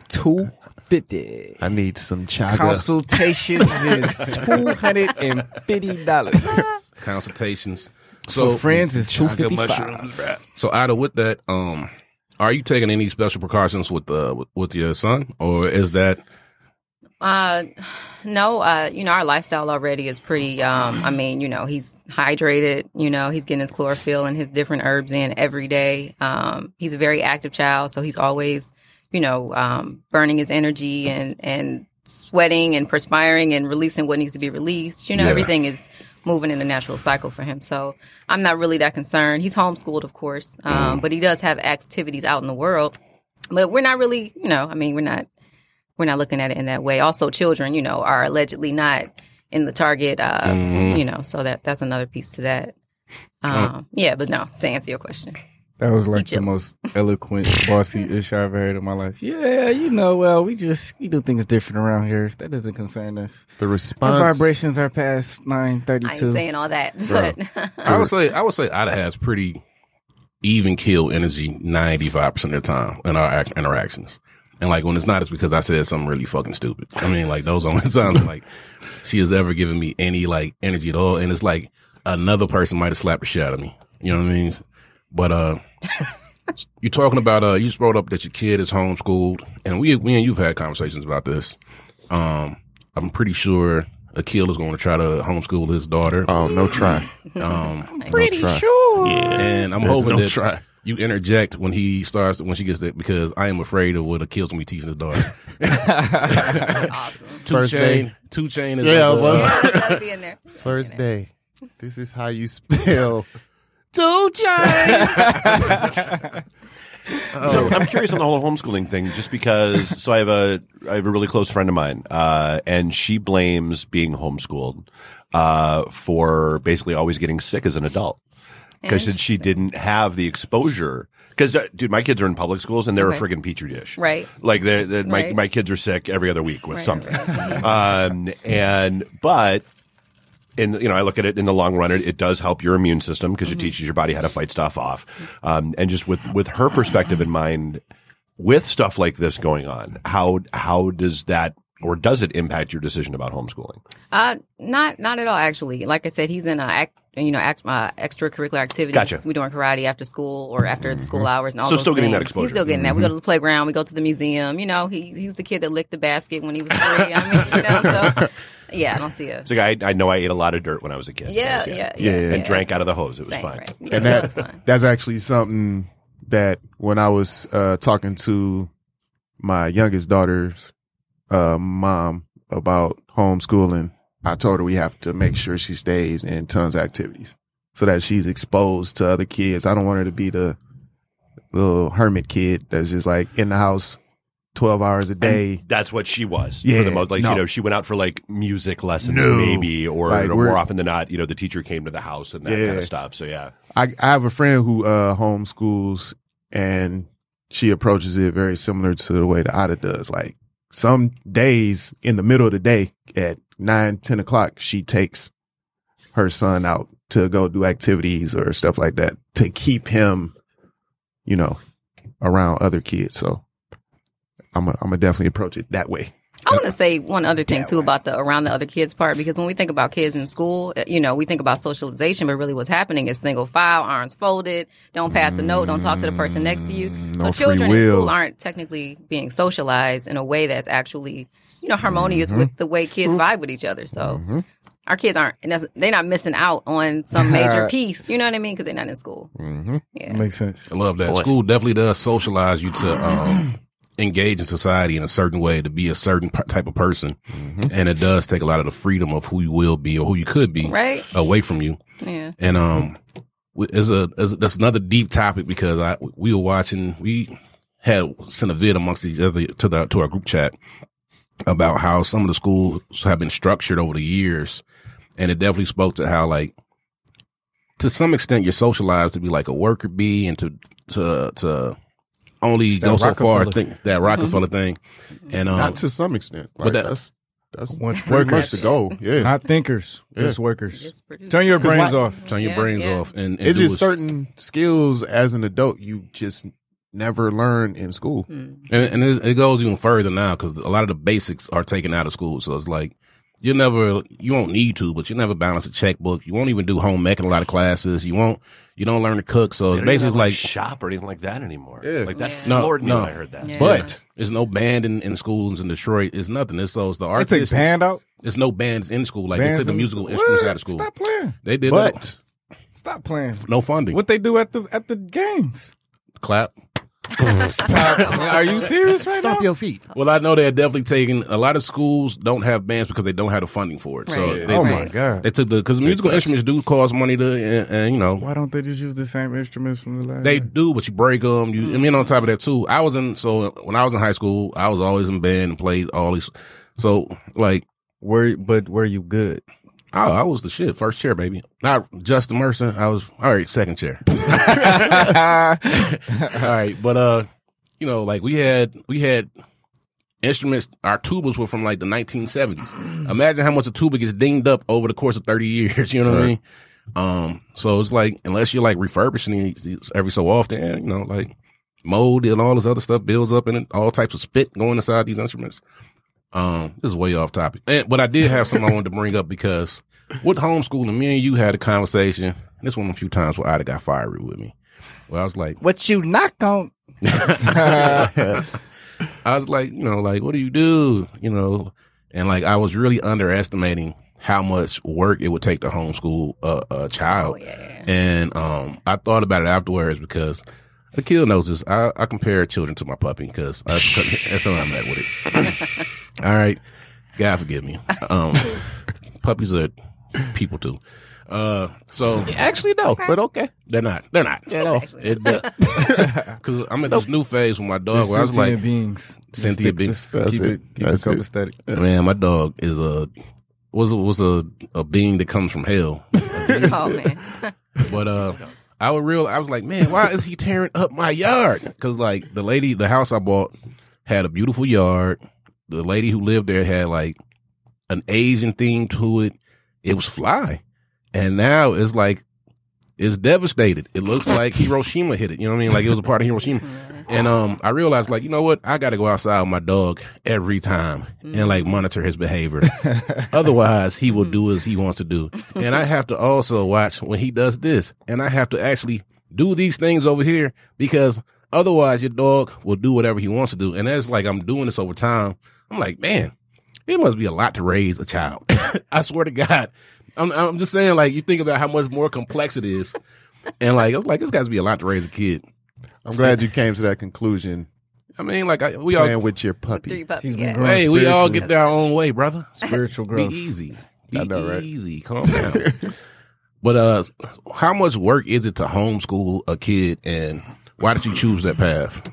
[SPEAKER 3] Two fifty.
[SPEAKER 5] I need some chaga.
[SPEAKER 3] Consultations is two hundred and fifty dollars.
[SPEAKER 2] Consultations.
[SPEAKER 3] So friends is two fifty five.
[SPEAKER 2] mushrooms, bruh. So, Ida, with that, um, are you taking any special precautions with uh with, with your son, or is that
[SPEAKER 6] Uh, no, uh, you know, our lifestyle already is pretty, um, I mean, you know, he's hydrated, you know, he's getting his chlorophyll and his different herbs in every day. Um, he's a very active child, so he's always, you know, um, burning his energy and, and sweating and perspiring and releasing what needs to be released. You know,
[SPEAKER 2] Yeah.
[SPEAKER 6] everything is moving in a natural cycle for him. So I'm not really that concerned. He's homeschooled, of course, um, but he does have activities out in the world. But we're not really, you know, I mean, we're not we're not looking at it in that way. Also, children, you know, are allegedly not in the target, uh, you know, so that that's another piece to that. Um, yeah, but no, to answer your question,
[SPEAKER 3] That was like
[SPEAKER 6] Chill.
[SPEAKER 3] the most eloquent, bossy ish I've ever heard in my life. Yeah, you know, well, we just we do things different around here. That doesn't concern us.
[SPEAKER 5] the
[SPEAKER 3] Our
[SPEAKER 5] response.
[SPEAKER 3] vibrations are past nine thirty
[SPEAKER 6] I ain't
[SPEAKER 3] two.
[SPEAKER 6] saying all that,
[SPEAKER 2] Bro.
[SPEAKER 6] but
[SPEAKER 2] I would say I would say Ida has pretty even kill energy ninety five percent of the time in our act- interactions. And like when it's not, it's because I said something really fucking stupid. I mean, like those only times like she has ever given me any like energy at all. And it's like another person might have slapped the shit out of me. You know what I mean? But uh you're talking about uh you just brought up that your kid is homeschooled and we me and you've had conversations about this. Um I'm pretty sure Akil is going to try to homeschool his daughter.
[SPEAKER 5] Oh, no try.
[SPEAKER 2] Um
[SPEAKER 5] Pretty no try.
[SPEAKER 2] and I'm
[SPEAKER 5] There's
[SPEAKER 2] hoping
[SPEAKER 5] no
[SPEAKER 2] that
[SPEAKER 5] try.
[SPEAKER 2] you interject when he starts when she gets there because I am afraid of what a kill's gonna be teaching his daughter.
[SPEAKER 6] awesome.
[SPEAKER 2] Two
[SPEAKER 5] First
[SPEAKER 2] chain,
[SPEAKER 5] day.
[SPEAKER 2] two chain is
[SPEAKER 5] Yeah, I
[SPEAKER 2] uh,
[SPEAKER 5] was-
[SPEAKER 6] That'll be in there.
[SPEAKER 5] First day. This is how you spell two chains.
[SPEAKER 4] So I'm curious on the whole homeschooling thing, just because. So I have a I have a really close friend of mine, uh, and she blames being homeschooled uh, for basically always getting sick as an adult because she didn't have the exposure. Because dude, my kids are in public schools and they're
[SPEAKER 6] Okay.
[SPEAKER 4] a friggin' petri dish,
[SPEAKER 6] Right.
[SPEAKER 4] Like they're, they're- my
[SPEAKER 6] Right.
[SPEAKER 4] my kids are sick every other week with
[SPEAKER 6] Right,
[SPEAKER 4] something,
[SPEAKER 6] right.
[SPEAKER 4] um, and but and you know, I look at it in the long run, it, it does help your immune system because
[SPEAKER 6] Mm-hmm.
[SPEAKER 4] it teaches your body how to fight stuff off. Um, and just with with her perspective in mind, with stuff like this going on, how how does that or does it impact your decision about homeschooling?
[SPEAKER 6] Uh, not not at all. Actually, like I said, he's in a act, you know act, uh, extracurricular activities.
[SPEAKER 4] Gotcha. Mm-hmm.
[SPEAKER 6] We're doing karate after school or after the school hours and all.
[SPEAKER 4] So
[SPEAKER 6] those
[SPEAKER 4] still getting that
[SPEAKER 6] things.
[SPEAKER 4] exposure.
[SPEAKER 6] He's still getting that. We go to the playground. We go to the museum. You know, he he was the kid that licked the basket when he was three. I mean, you know, so yeah, I don't see a
[SPEAKER 4] It's like I, I know I ate a lot of dirt when I was a kid. when I
[SPEAKER 6] yeah
[SPEAKER 4] was
[SPEAKER 6] yeah
[SPEAKER 4] young.
[SPEAKER 6] yeah,
[SPEAKER 5] Yeah, yeah,
[SPEAKER 4] and drank out of the hose. It was
[SPEAKER 6] Same,
[SPEAKER 4] fine.
[SPEAKER 6] right. Yeah,
[SPEAKER 5] and
[SPEAKER 6] that was
[SPEAKER 5] that
[SPEAKER 6] fine.
[SPEAKER 5] that's actually something that when I was uh, talking to my youngest daughter's uh, mom about homeschooling, I told her we have to make sure she stays in tons of activities so that she's exposed to other kids. I don't want her to be the little hermit kid that's just like in the house twelve hours a day.
[SPEAKER 4] That's what she was
[SPEAKER 5] Yeah,
[SPEAKER 4] for the most. Like
[SPEAKER 5] no.
[SPEAKER 4] you know, she went out for like music lessons,
[SPEAKER 5] No.
[SPEAKER 4] maybe, or
[SPEAKER 5] Like,
[SPEAKER 4] you know,
[SPEAKER 5] we're-
[SPEAKER 4] more often than not, you know, the teacher came to the house and that
[SPEAKER 5] Yeah.
[SPEAKER 4] kind of stuff. So yeah,
[SPEAKER 5] I I have a friend who uh homeschools and she approaches it very similar to the way that Ida does. Like some days in the middle of the day at nine, ten o'clock, she takes her son out to go do activities or stuff like that to keep him, you know, around other kids. So I'm a, I'm gonna definitely approach it that way.
[SPEAKER 6] I want to say one other thing too about the around the other kids part because when we think about kids in school, uh, you know, we think about socialization, but really what's happening is single file, arms folded, don't pass a note, don't talk to the person next to you.
[SPEAKER 3] Mm,
[SPEAKER 5] no
[SPEAKER 6] so children
[SPEAKER 5] free
[SPEAKER 6] in
[SPEAKER 5] will.
[SPEAKER 6] school aren't technically being socialized in a way that's actually, you know, harmonious
[SPEAKER 3] Mm-hmm.
[SPEAKER 6] with the way kids vibe with each other. So our kids aren't and that's- they're not missing out on some major piece. You know what I mean? Because they're not in school.
[SPEAKER 3] Mm-hmm.
[SPEAKER 6] Yeah.
[SPEAKER 3] Makes sense.
[SPEAKER 2] I love that. School definitely does socialize you to um, engage in society in a certain way, to be a certain p- type of person,
[SPEAKER 5] Mm-hmm.
[SPEAKER 2] and it does take a lot of the freedom of who you will be or who you could be
[SPEAKER 6] Right?
[SPEAKER 2] away from you.
[SPEAKER 6] Yeah.
[SPEAKER 2] And um, w- is a is a- that's another deep topic because I we were watching we had sent a vid amongst each other to the to our group chat about how some of the schools have been structured over the years, and it definitely spoke to how like to some extent you're socialized to be like a worker bee and to to to only
[SPEAKER 8] that
[SPEAKER 2] go so far.
[SPEAKER 8] Rockefeller.
[SPEAKER 2] Think that Rockefeller thing, and um,
[SPEAKER 5] Not to some extent.
[SPEAKER 2] but
[SPEAKER 5] Like,
[SPEAKER 2] that-
[SPEAKER 5] that's that's
[SPEAKER 3] Once
[SPEAKER 5] pretty much
[SPEAKER 3] workers.
[SPEAKER 5] the goal. Yeah.
[SPEAKER 3] Not thinkers,
[SPEAKER 5] Yeah.
[SPEAKER 3] just workers.
[SPEAKER 6] Just produce-
[SPEAKER 3] Turn your
[SPEAKER 5] 'Cause
[SPEAKER 3] brains
[SPEAKER 5] why-
[SPEAKER 3] off.
[SPEAKER 2] turn your
[SPEAKER 6] Yeah,
[SPEAKER 2] brains
[SPEAKER 6] yeah.
[SPEAKER 2] off and, and
[SPEAKER 5] it's
[SPEAKER 2] do
[SPEAKER 5] just
[SPEAKER 2] what's-
[SPEAKER 5] certain skills as an adult you just never learn in school.
[SPEAKER 6] Hmm.
[SPEAKER 2] And, and it, it goes even further now because a lot of the basics are taken out of school. So it's like you never, you won't need to, but you never balance a checkbook. You won't even do home ec in a lot of classes. You won't, you don't learn to cook. So
[SPEAKER 4] they
[SPEAKER 2] it's
[SPEAKER 4] don't even
[SPEAKER 2] basically
[SPEAKER 4] have,
[SPEAKER 2] like,
[SPEAKER 4] shop or anything like that anymore.
[SPEAKER 5] Yeah.
[SPEAKER 4] Like that
[SPEAKER 6] Yeah.
[SPEAKER 2] No,
[SPEAKER 4] floored me
[SPEAKER 2] no.
[SPEAKER 4] when I heard that.
[SPEAKER 6] Yeah.
[SPEAKER 2] but there's no band in, in schools in Detroit. It's nothing. It's so it's the
[SPEAKER 3] It's a
[SPEAKER 2] artists.
[SPEAKER 3] band out.
[SPEAKER 2] There's no bands in school. Like
[SPEAKER 3] Bands
[SPEAKER 2] they took the
[SPEAKER 3] in
[SPEAKER 2] musical
[SPEAKER 3] school.
[SPEAKER 2] instruments
[SPEAKER 3] What?
[SPEAKER 2] out of school.
[SPEAKER 3] Stop playing.
[SPEAKER 2] They did
[SPEAKER 5] But
[SPEAKER 3] Stop playing.
[SPEAKER 2] no, no funding.
[SPEAKER 3] What they do at the at the games?
[SPEAKER 2] clap?
[SPEAKER 3] Are you serious right now?
[SPEAKER 5] your feet.
[SPEAKER 2] Well, I know they're definitely taking. A lot of schools don't have bands because they don't have the funding for it. So
[SPEAKER 6] Right.
[SPEAKER 2] they,
[SPEAKER 3] oh my
[SPEAKER 6] Right.
[SPEAKER 3] god!
[SPEAKER 2] They took the because musical instruments do cost money to, and, and you know
[SPEAKER 3] Why don't they just use the same instruments from the last?
[SPEAKER 2] they do, but you break them. You, I mean, on top of that too, I was in. So when I was in high school, I was always in band and played all these. So like,
[SPEAKER 3] were but were you good?
[SPEAKER 2] I, Oh, I was the shit. First chair, baby. Not Justin Mercer. I was all right. Second chair. all right, but uh, you know, like we had we had instruments. Our tubas were from like the 1970s. Imagine how much a tuba gets dinged up over the course of 30 years. You know what I mean? Um, so it's like unless you're like refurbishing these these every so often, and, you know, like mold and all this other stuff builds up and it- all types of spit going inside these instruments. Um, this is way off topic, and, but I did have something I wanted to bring up because with homeschooling, me and you had a conversation. This one a few times where Ida got fiery with me. Where I was like,
[SPEAKER 7] What you knock on?
[SPEAKER 2] I was like, you know, like, what do you do? You know, and like, I was really underestimating how much work it would take to homeschool a, a child.
[SPEAKER 6] Oh, yeah, yeah.
[SPEAKER 2] And um, I thought about it afterwards because Akil knows this. I, I compare children to my puppy because that's that's how I'm at with it. All right. God forgive me. Um, puppies are people too. Uh, so actually no, but okay, they're not. They're not. Yeah, no. Because I'm at this new phase with my dog. Where I was like,
[SPEAKER 3] sentient beings. Just
[SPEAKER 2] Sentient
[SPEAKER 3] stick-
[SPEAKER 2] beings.
[SPEAKER 3] just
[SPEAKER 5] That's
[SPEAKER 3] Keep
[SPEAKER 5] it.
[SPEAKER 3] it. Keep
[SPEAKER 5] That's
[SPEAKER 3] it
[SPEAKER 5] it.
[SPEAKER 3] copacetic.
[SPEAKER 2] Man, my dog is a was a, was a a being that comes from hell.
[SPEAKER 6] Oh man.
[SPEAKER 2] But uh, I would real I was like, man, why is he tearing up my yard? Because like the lady, the house I bought had a beautiful yard. The lady who lived there had like an Asian theme to it. It was fly, and now it's like it's devastated. It looks like Hiroshima hit it. You know what I mean? Like it was a part of Hiroshima. And um, I realized like you know what? I got to go outside with my dog every time and like monitor his behavior. Otherwise, he will do as he wants to do. And I have to also watch when he does this. And I have to actually do these things over here because otherwise your dog will do whatever he wants to do. And that's like I'm doing this over time. I'm like, man, it must be a lot to raise a child. I swear to God. I'm, I'm just saying, like, you think about how much more complex it is. And like, it's like, this got to be a lot to raise a kid.
[SPEAKER 5] I'm glad you came to that conclusion
[SPEAKER 2] I mean, like, I, we
[SPEAKER 5] playing
[SPEAKER 2] all,
[SPEAKER 5] with your
[SPEAKER 6] Three
[SPEAKER 5] puppy.
[SPEAKER 6] puppies.
[SPEAKER 3] He's been
[SPEAKER 6] Yeah.
[SPEAKER 3] growing
[SPEAKER 2] hey, we all
[SPEAKER 3] spiritually.
[SPEAKER 2] get our own way, brother.
[SPEAKER 3] spiritual growth.
[SPEAKER 2] Be easy. Be
[SPEAKER 5] I know, right?
[SPEAKER 2] easy. Calm down. but uh, how much work is it to homeschool a kid, and why did you choose that path?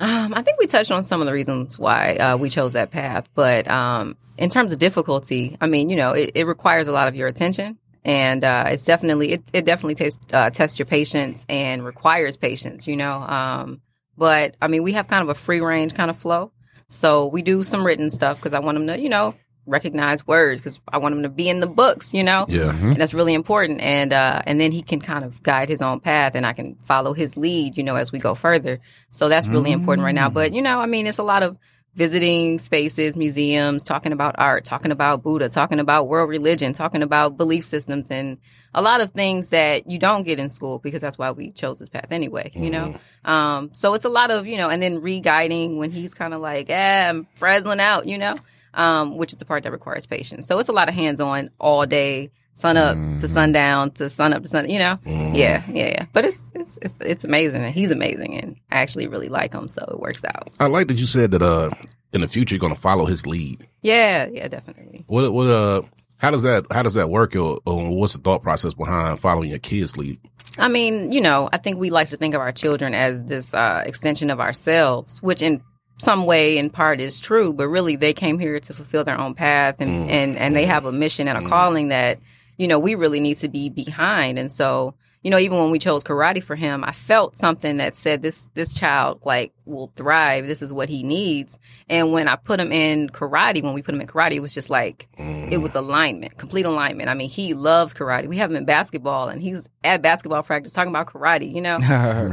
[SPEAKER 6] Um, I think we touched on some of the reasons why uh, we chose that path, but um, in terms of difficulty, I mean, you know, it, it requires a lot of your attention, and uh, it's definitely it, it definitely takes uh, tests your patience and requires patience, you know. Um, but I mean, we have kind of a free range kind of flow, so we do some written stuff because I want them to, you know, recognize words because I want them to be in the books, you know
[SPEAKER 2] Yeah.
[SPEAKER 6] and that's really important. And uh, and then he can kind of guide his own path, and I can follow his lead, you know, as we go further. So that's really important right now. But you know, I mean, it's a lot of visiting spaces, museums, talking about art, talking about Buddha, talking about world religion, talking about belief systems, and a lot of things that you don't get in school because that's why we chose this path anyway, you know? Um, so it's a lot of, you know, and then re guiding when he's kind of like, eh, I'm frazzling out, you know? Um, which is the part that requires patience. So it's a lot of hands on all day, sun up to sundown to sun up to sun, you know? Yeah, yeah, yeah. But it's, it's, it's, it's amazing and he's amazing and I actually really like him. So it works out.
[SPEAKER 2] I like that you said that uh in the future you're gonna follow his lead.
[SPEAKER 6] Yeah, yeah, definitely.
[SPEAKER 2] What what uh how does that how does that work or, or what's the thought process behind following your kids lead?
[SPEAKER 6] I mean, you know, I think we like to think of our children as this uh, extension of ourselves, which in some way, in part, is true. But really, they came here to fulfill their own path, and and and they have a mission and a calling that you know we really need to be behind. And so, you know, even when we chose karate for him, I felt something that said this this child like will thrive. This is what he needs. And when I put him in karate, when we put him in karate, it was just like it was alignment, complete alignment. I mean, he loves karate. We have him in basketball, and he's at basketball practice talking about karate. You know,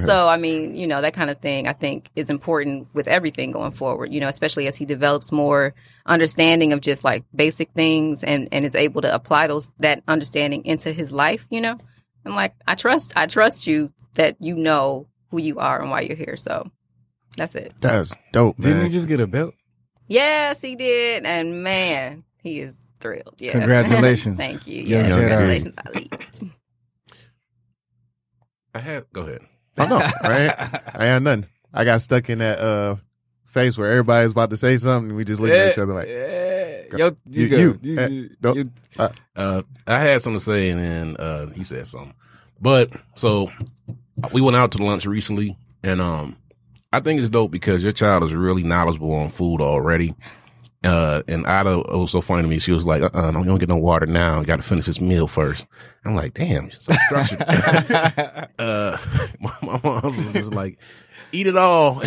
[SPEAKER 6] so I mean, you know, that kind of thing I think is important with everything going forward, you know, especially as he develops more understanding of just like basic things and and is able to apply those that understanding into his life, you know. And like I trust I trust you that you know who you are and why you're here. So that's it.
[SPEAKER 5] That's dope,
[SPEAKER 3] Didn't you
[SPEAKER 5] man.
[SPEAKER 3] just get a belt?
[SPEAKER 6] Yes, he did. And man, he is thrilled. Yeah.
[SPEAKER 3] Congratulations.
[SPEAKER 6] Thank you.
[SPEAKER 3] Young
[SPEAKER 6] Yeah,
[SPEAKER 3] Jedi.
[SPEAKER 6] congratulations, Ali.
[SPEAKER 2] I had go ahead.
[SPEAKER 5] I know, right? I ain't nothing. I got stuck in that uh phase where everybody's about to say something. and We just looking at each other like,
[SPEAKER 3] yeah.
[SPEAKER 5] Go.
[SPEAKER 3] Yo, you,
[SPEAKER 5] You-
[SPEAKER 3] go.
[SPEAKER 5] you.
[SPEAKER 3] You-
[SPEAKER 5] Eh,
[SPEAKER 3] you-
[SPEAKER 5] nope.
[SPEAKER 3] you-
[SPEAKER 2] Uh, I had something to say, and then uh, he said something. But so we went out to lunch recently, and um, I think it's dope because your child is really knowledgeable on food already. Uh, and Ida it was so funny to me. She was like, "Uh, uh you don't get no water now. You got to finish this meal first. I'm like, "Damn, she's so structured." uh, my, my mom was just like, "Eat it all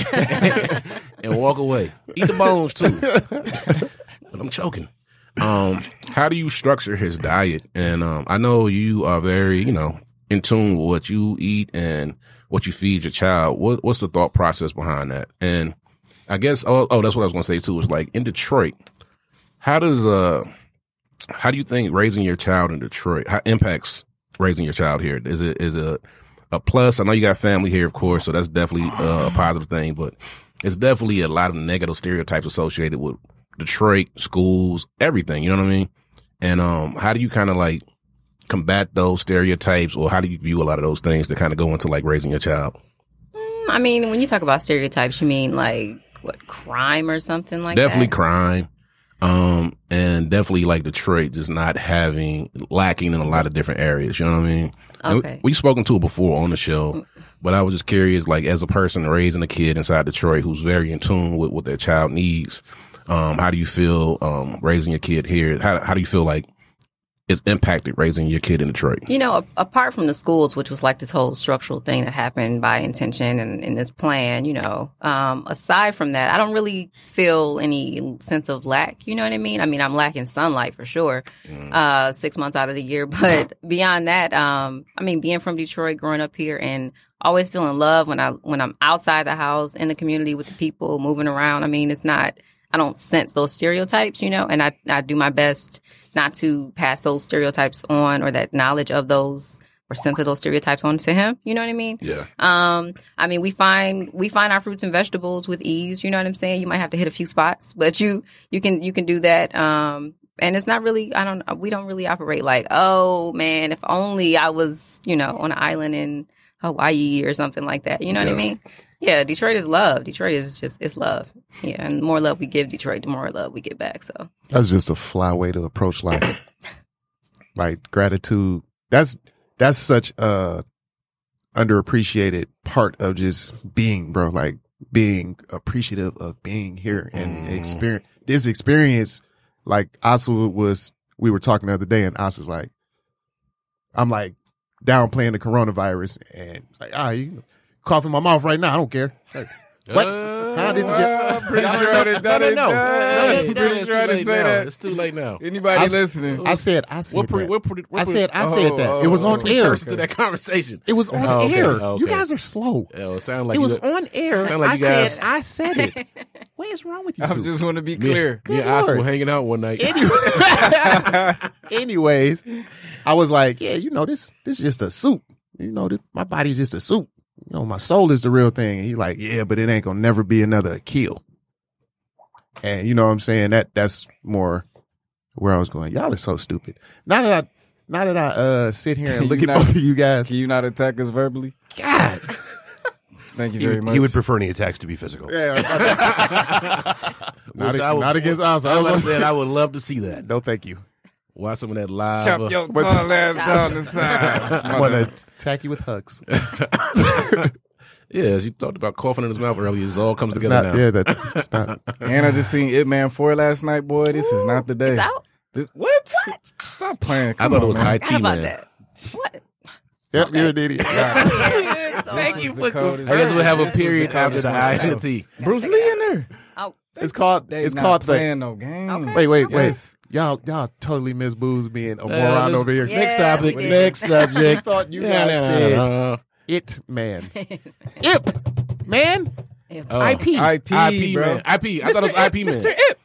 [SPEAKER 2] and walk away. Eat the bones too." but I'm choking. Um, how do you structure his diet? And um, I know you are very, you know, in tune with what you eat and what you feed your child. What what's the thought process behind that? And I guess oh, oh that's what I was gonna say too. Is like in Detroit, how does uh how do you think raising your child in Detroit how impacts raising your child here? Is it is a a plus? I know you got family here, of course, so that's definitely uh, a positive thing. But it's definitely a lot of negative stereotypes associated with Detroit schools, everything. You know what I mean? And um, how do you kind of like combat those stereotypes, or how do you view a lot of those things that kind of go into like raising your child?
[SPEAKER 6] I mean, when you talk about stereotypes, you mean like what crime or something like
[SPEAKER 2] definitely
[SPEAKER 6] that?
[SPEAKER 2] crime, um, and definitely like Detroit just not having lacking in a lot of different areas. You know what I mean? And
[SPEAKER 6] Okay.
[SPEAKER 2] We, have spoken to it before on the show, but I was just curious, like as a person raising a kid inside Detroit who's very in tune with what their child needs, um, how do you feel um, raising your kid here? How how do you feel like it's impacted raising your kid in Detroit?
[SPEAKER 6] You know, a- apart from the schools, which was like this whole structural thing that happened by intention and in this plan, you know, um, aside from that, I don't really feel any sense of lack. You know what I mean? I mean, I'm lacking sunlight for sure, uh, six months out of the year. But beyond that, um, I mean, being from Detroit, growing up here, and always feeling love when I when I'm outside the house in the community with the people, moving around. I mean, it's not. I don't sense those stereotypes, you know, and I, I do my best not to pass those stereotypes on or that knowledge of those or sense of those stereotypes on to him. You know what I mean?
[SPEAKER 2] Yeah.
[SPEAKER 6] Um, I mean, we find we find our fruits and vegetables with ease. You know what I'm saying? You might have to hit a few spots, but you you can you can do that. Um, and it's not really I don't we don't really operate like oh man if only I was you know on an island in Hawaii or something like that. You know what I
[SPEAKER 2] Yeah.
[SPEAKER 6] mean? Yeah, Detroit is love. Detroit is just it's love. Yeah, and the more love we give Detroit, the more love we get back. So
[SPEAKER 5] That's just a fly way to approach life. like gratitude. That's that's such a underappreciated part of just being, bro. Like being appreciative of being here and experience this experience. Like Asu was, we were talking the other day, and Asu was like, "I'm like downplaying the coronavirus," and it's like, ah, you coughing my mouth right now. I don't care. Like, what? Huh? this is
[SPEAKER 3] Uh,
[SPEAKER 5] just,
[SPEAKER 3] pretty sure I done
[SPEAKER 5] no,
[SPEAKER 3] done
[SPEAKER 5] no,
[SPEAKER 3] it.
[SPEAKER 5] no, no,
[SPEAKER 3] Hey,
[SPEAKER 5] no,
[SPEAKER 3] Pretty
[SPEAKER 5] it's
[SPEAKER 3] sure I
[SPEAKER 5] too
[SPEAKER 3] didn't
[SPEAKER 5] late
[SPEAKER 3] say
[SPEAKER 5] now.
[SPEAKER 3] that.
[SPEAKER 2] It's too late now.
[SPEAKER 3] Anybody
[SPEAKER 5] I s-
[SPEAKER 3] listening?
[SPEAKER 5] I said, I said,
[SPEAKER 2] What pre-
[SPEAKER 5] that.
[SPEAKER 2] what pre- what
[SPEAKER 5] I
[SPEAKER 2] pre-
[SPEAKER 5] said, I said that.
[SPEAKER 3] oh,
[SPEAKER 5] it was
[SPEAKER 3] oh,
[SPEAKER 5] on
[SPEAKER 3] okay.
[SPEAKER 5] air.
[SPEAKER 2] First to that conversation.
[SPEAKER 5] It was on
[SPEAKER 2] Oh, okay.
[SPEAKER 5] air.
[SPEAKER 2] Oh,
[SPEAKER 5] You
[SPEAKER 2] okay.
[SPEAKER 5] guys are slow.
[SPEAKER 2] Oh, it sounded like
[SPEAKER 5] it
[SPEAKER 2] you
[SPEAKER 5] was
[SPEAKER 2] done-
[SPEAKER 5] on air.
[SPEAKER 2] Sound like
[SPEAKER 5] I
[SPEAKER 2] you guys-
[SPEAKER 5] said, I said it. what is wrong with you?
[SPEAKER 3] I
[SPEAKER 5] two?
[SPEAKER 3] just want to be
[SPEAKER 2] me, Me
[SPEAKER 3] clear.
[SPEAKER 2] and
[SPEAKER 5] Good
[SPEAKER 2] Oscar
[SPEAKER 5] lord.
[SPEAKER 2] were hanging out one night.
[SPEAKER 5] Anyways, I was like, yeah, you know this. This is just a soup. You know, this, my body's just a soup. You know, my soul is the real thing. And he like, yeah, but it ain't gonna never be another kill. And you know what I'm saying? That that's more where I was going. Y'all are so stupid. Now that I now that I uh sit here and look
[SPEAKER 3] You
[SPEAKER 5] at
[SPEAKER 3] know-
[SPEAKER 5] both of you guys,
[SPEAKER 3] Can you not attack us verbally?
[SPEAKER 5] God.
[SPEAKER 3] Thank you
[SPEAKER 8] He,
[SPEAKER 3] very
[SPEAKER 8] would-
[SPEAKER 3] much.
[SPEAKER 8] he would prefer
[SPEAKER 4] E
[SPEAKER 8] any attacks to be physical.
[SPEAKER 5] Not,
[SPEAKER 2] Which I would-
[SPEAKER 5] not against us. I
[SPEAKER 2] I
[SPEAKER 5] was
[SPEAKER 2] was
[SPEAKER 5] gonna say,
[SPEAKER 2] saying I would love to see that.
[SPEAKER 5] no, thank you.
[SPEAKER 2] Watch some of that live. uh,
[SPEAKER 3] chop your tall ass down the sides.
[SPEAKER 5] I want to attack you with hugs.
[SPEAKER 2] yeah, as you talked about coughing in his mouth earlier, it all comes
[SPEAKER 5] It's
[SPEAKER 2] together
[SPEAKER 5] not,
[SPEAKER 2] now.
[SPEAKER 5] yeah, that, it's not.
[SPEAKER 3] And I just seen It Man Four last night, boy. This is not the day.
[SPEAKER 6] It's out.
[SPEAKER 3] This, what? Stop playing.
[SPEAKER 2] I thought it was
[SPEAKER 3] high.
[SPEAKER 2] IT
[SPEAKER 6] How about
[SPEAKER 2] man.
[SPEAKER 6] that? What?
[SPEAKER 5] Yep, you're an idiot.
[SPEAKER 6] Thank you.
[SPEAKER 3] for
[SPEAKER 2] I guess we'll have a
[SPEAKER 3] This was the
[SPEAKER 2] period after
[SPEAKER 3] coldest
[SPEAKER 2] the
[SPEAKER 3] one.
[SPEAKER 2] INT.
[SPEAKER 3] Bruce Lee in there.
[SPEAKER 6] Oh,
[SPEAKER 5] It's called.
[SPEAKER 3] They
[SPEAKER 5] It's
[SPEAKER 3] not
[SPEAKER 5] called the.
[SPEAKER 3] playing no game.
[SPEAKER 6] Okay.
[SPEAKER 5] Wait, wait, wait.
[SPEAKER 3] Yes.
[SPEAKER 5] Y'all, y'all totally miss booze being a
[SPEAKER 2] Uh,
[SPEAKER 5] moron
[SPEAKER 2] let's-
[SPEAKER 5] over here.
[SPEAKER 6] Yeah.
[SPEAKER 2] Next topic.
[SPEAKER 6] we did.
[SPEAKER 2] Next subject.
[SPEAKER 5] Thought you
[SPEAKER 2] Yeah,
[SPEAKER 5] guys
[SPEAKER 2] nah,
[SPEAKER 5] said-
[SPEAKER 2] nah, nah, nah.
[SPEAKER 3] Uh-huh.
[SPEAKER 5] It man, Ip man,
[SPEAKER 2] IP.
[SPEAKER 3] IP,
[SPEAKER 2] IP
[SPEAKER 3] bro.
[SPEAKER 2] Oh. man. IP. I thought it was IP man. Mr. Ip.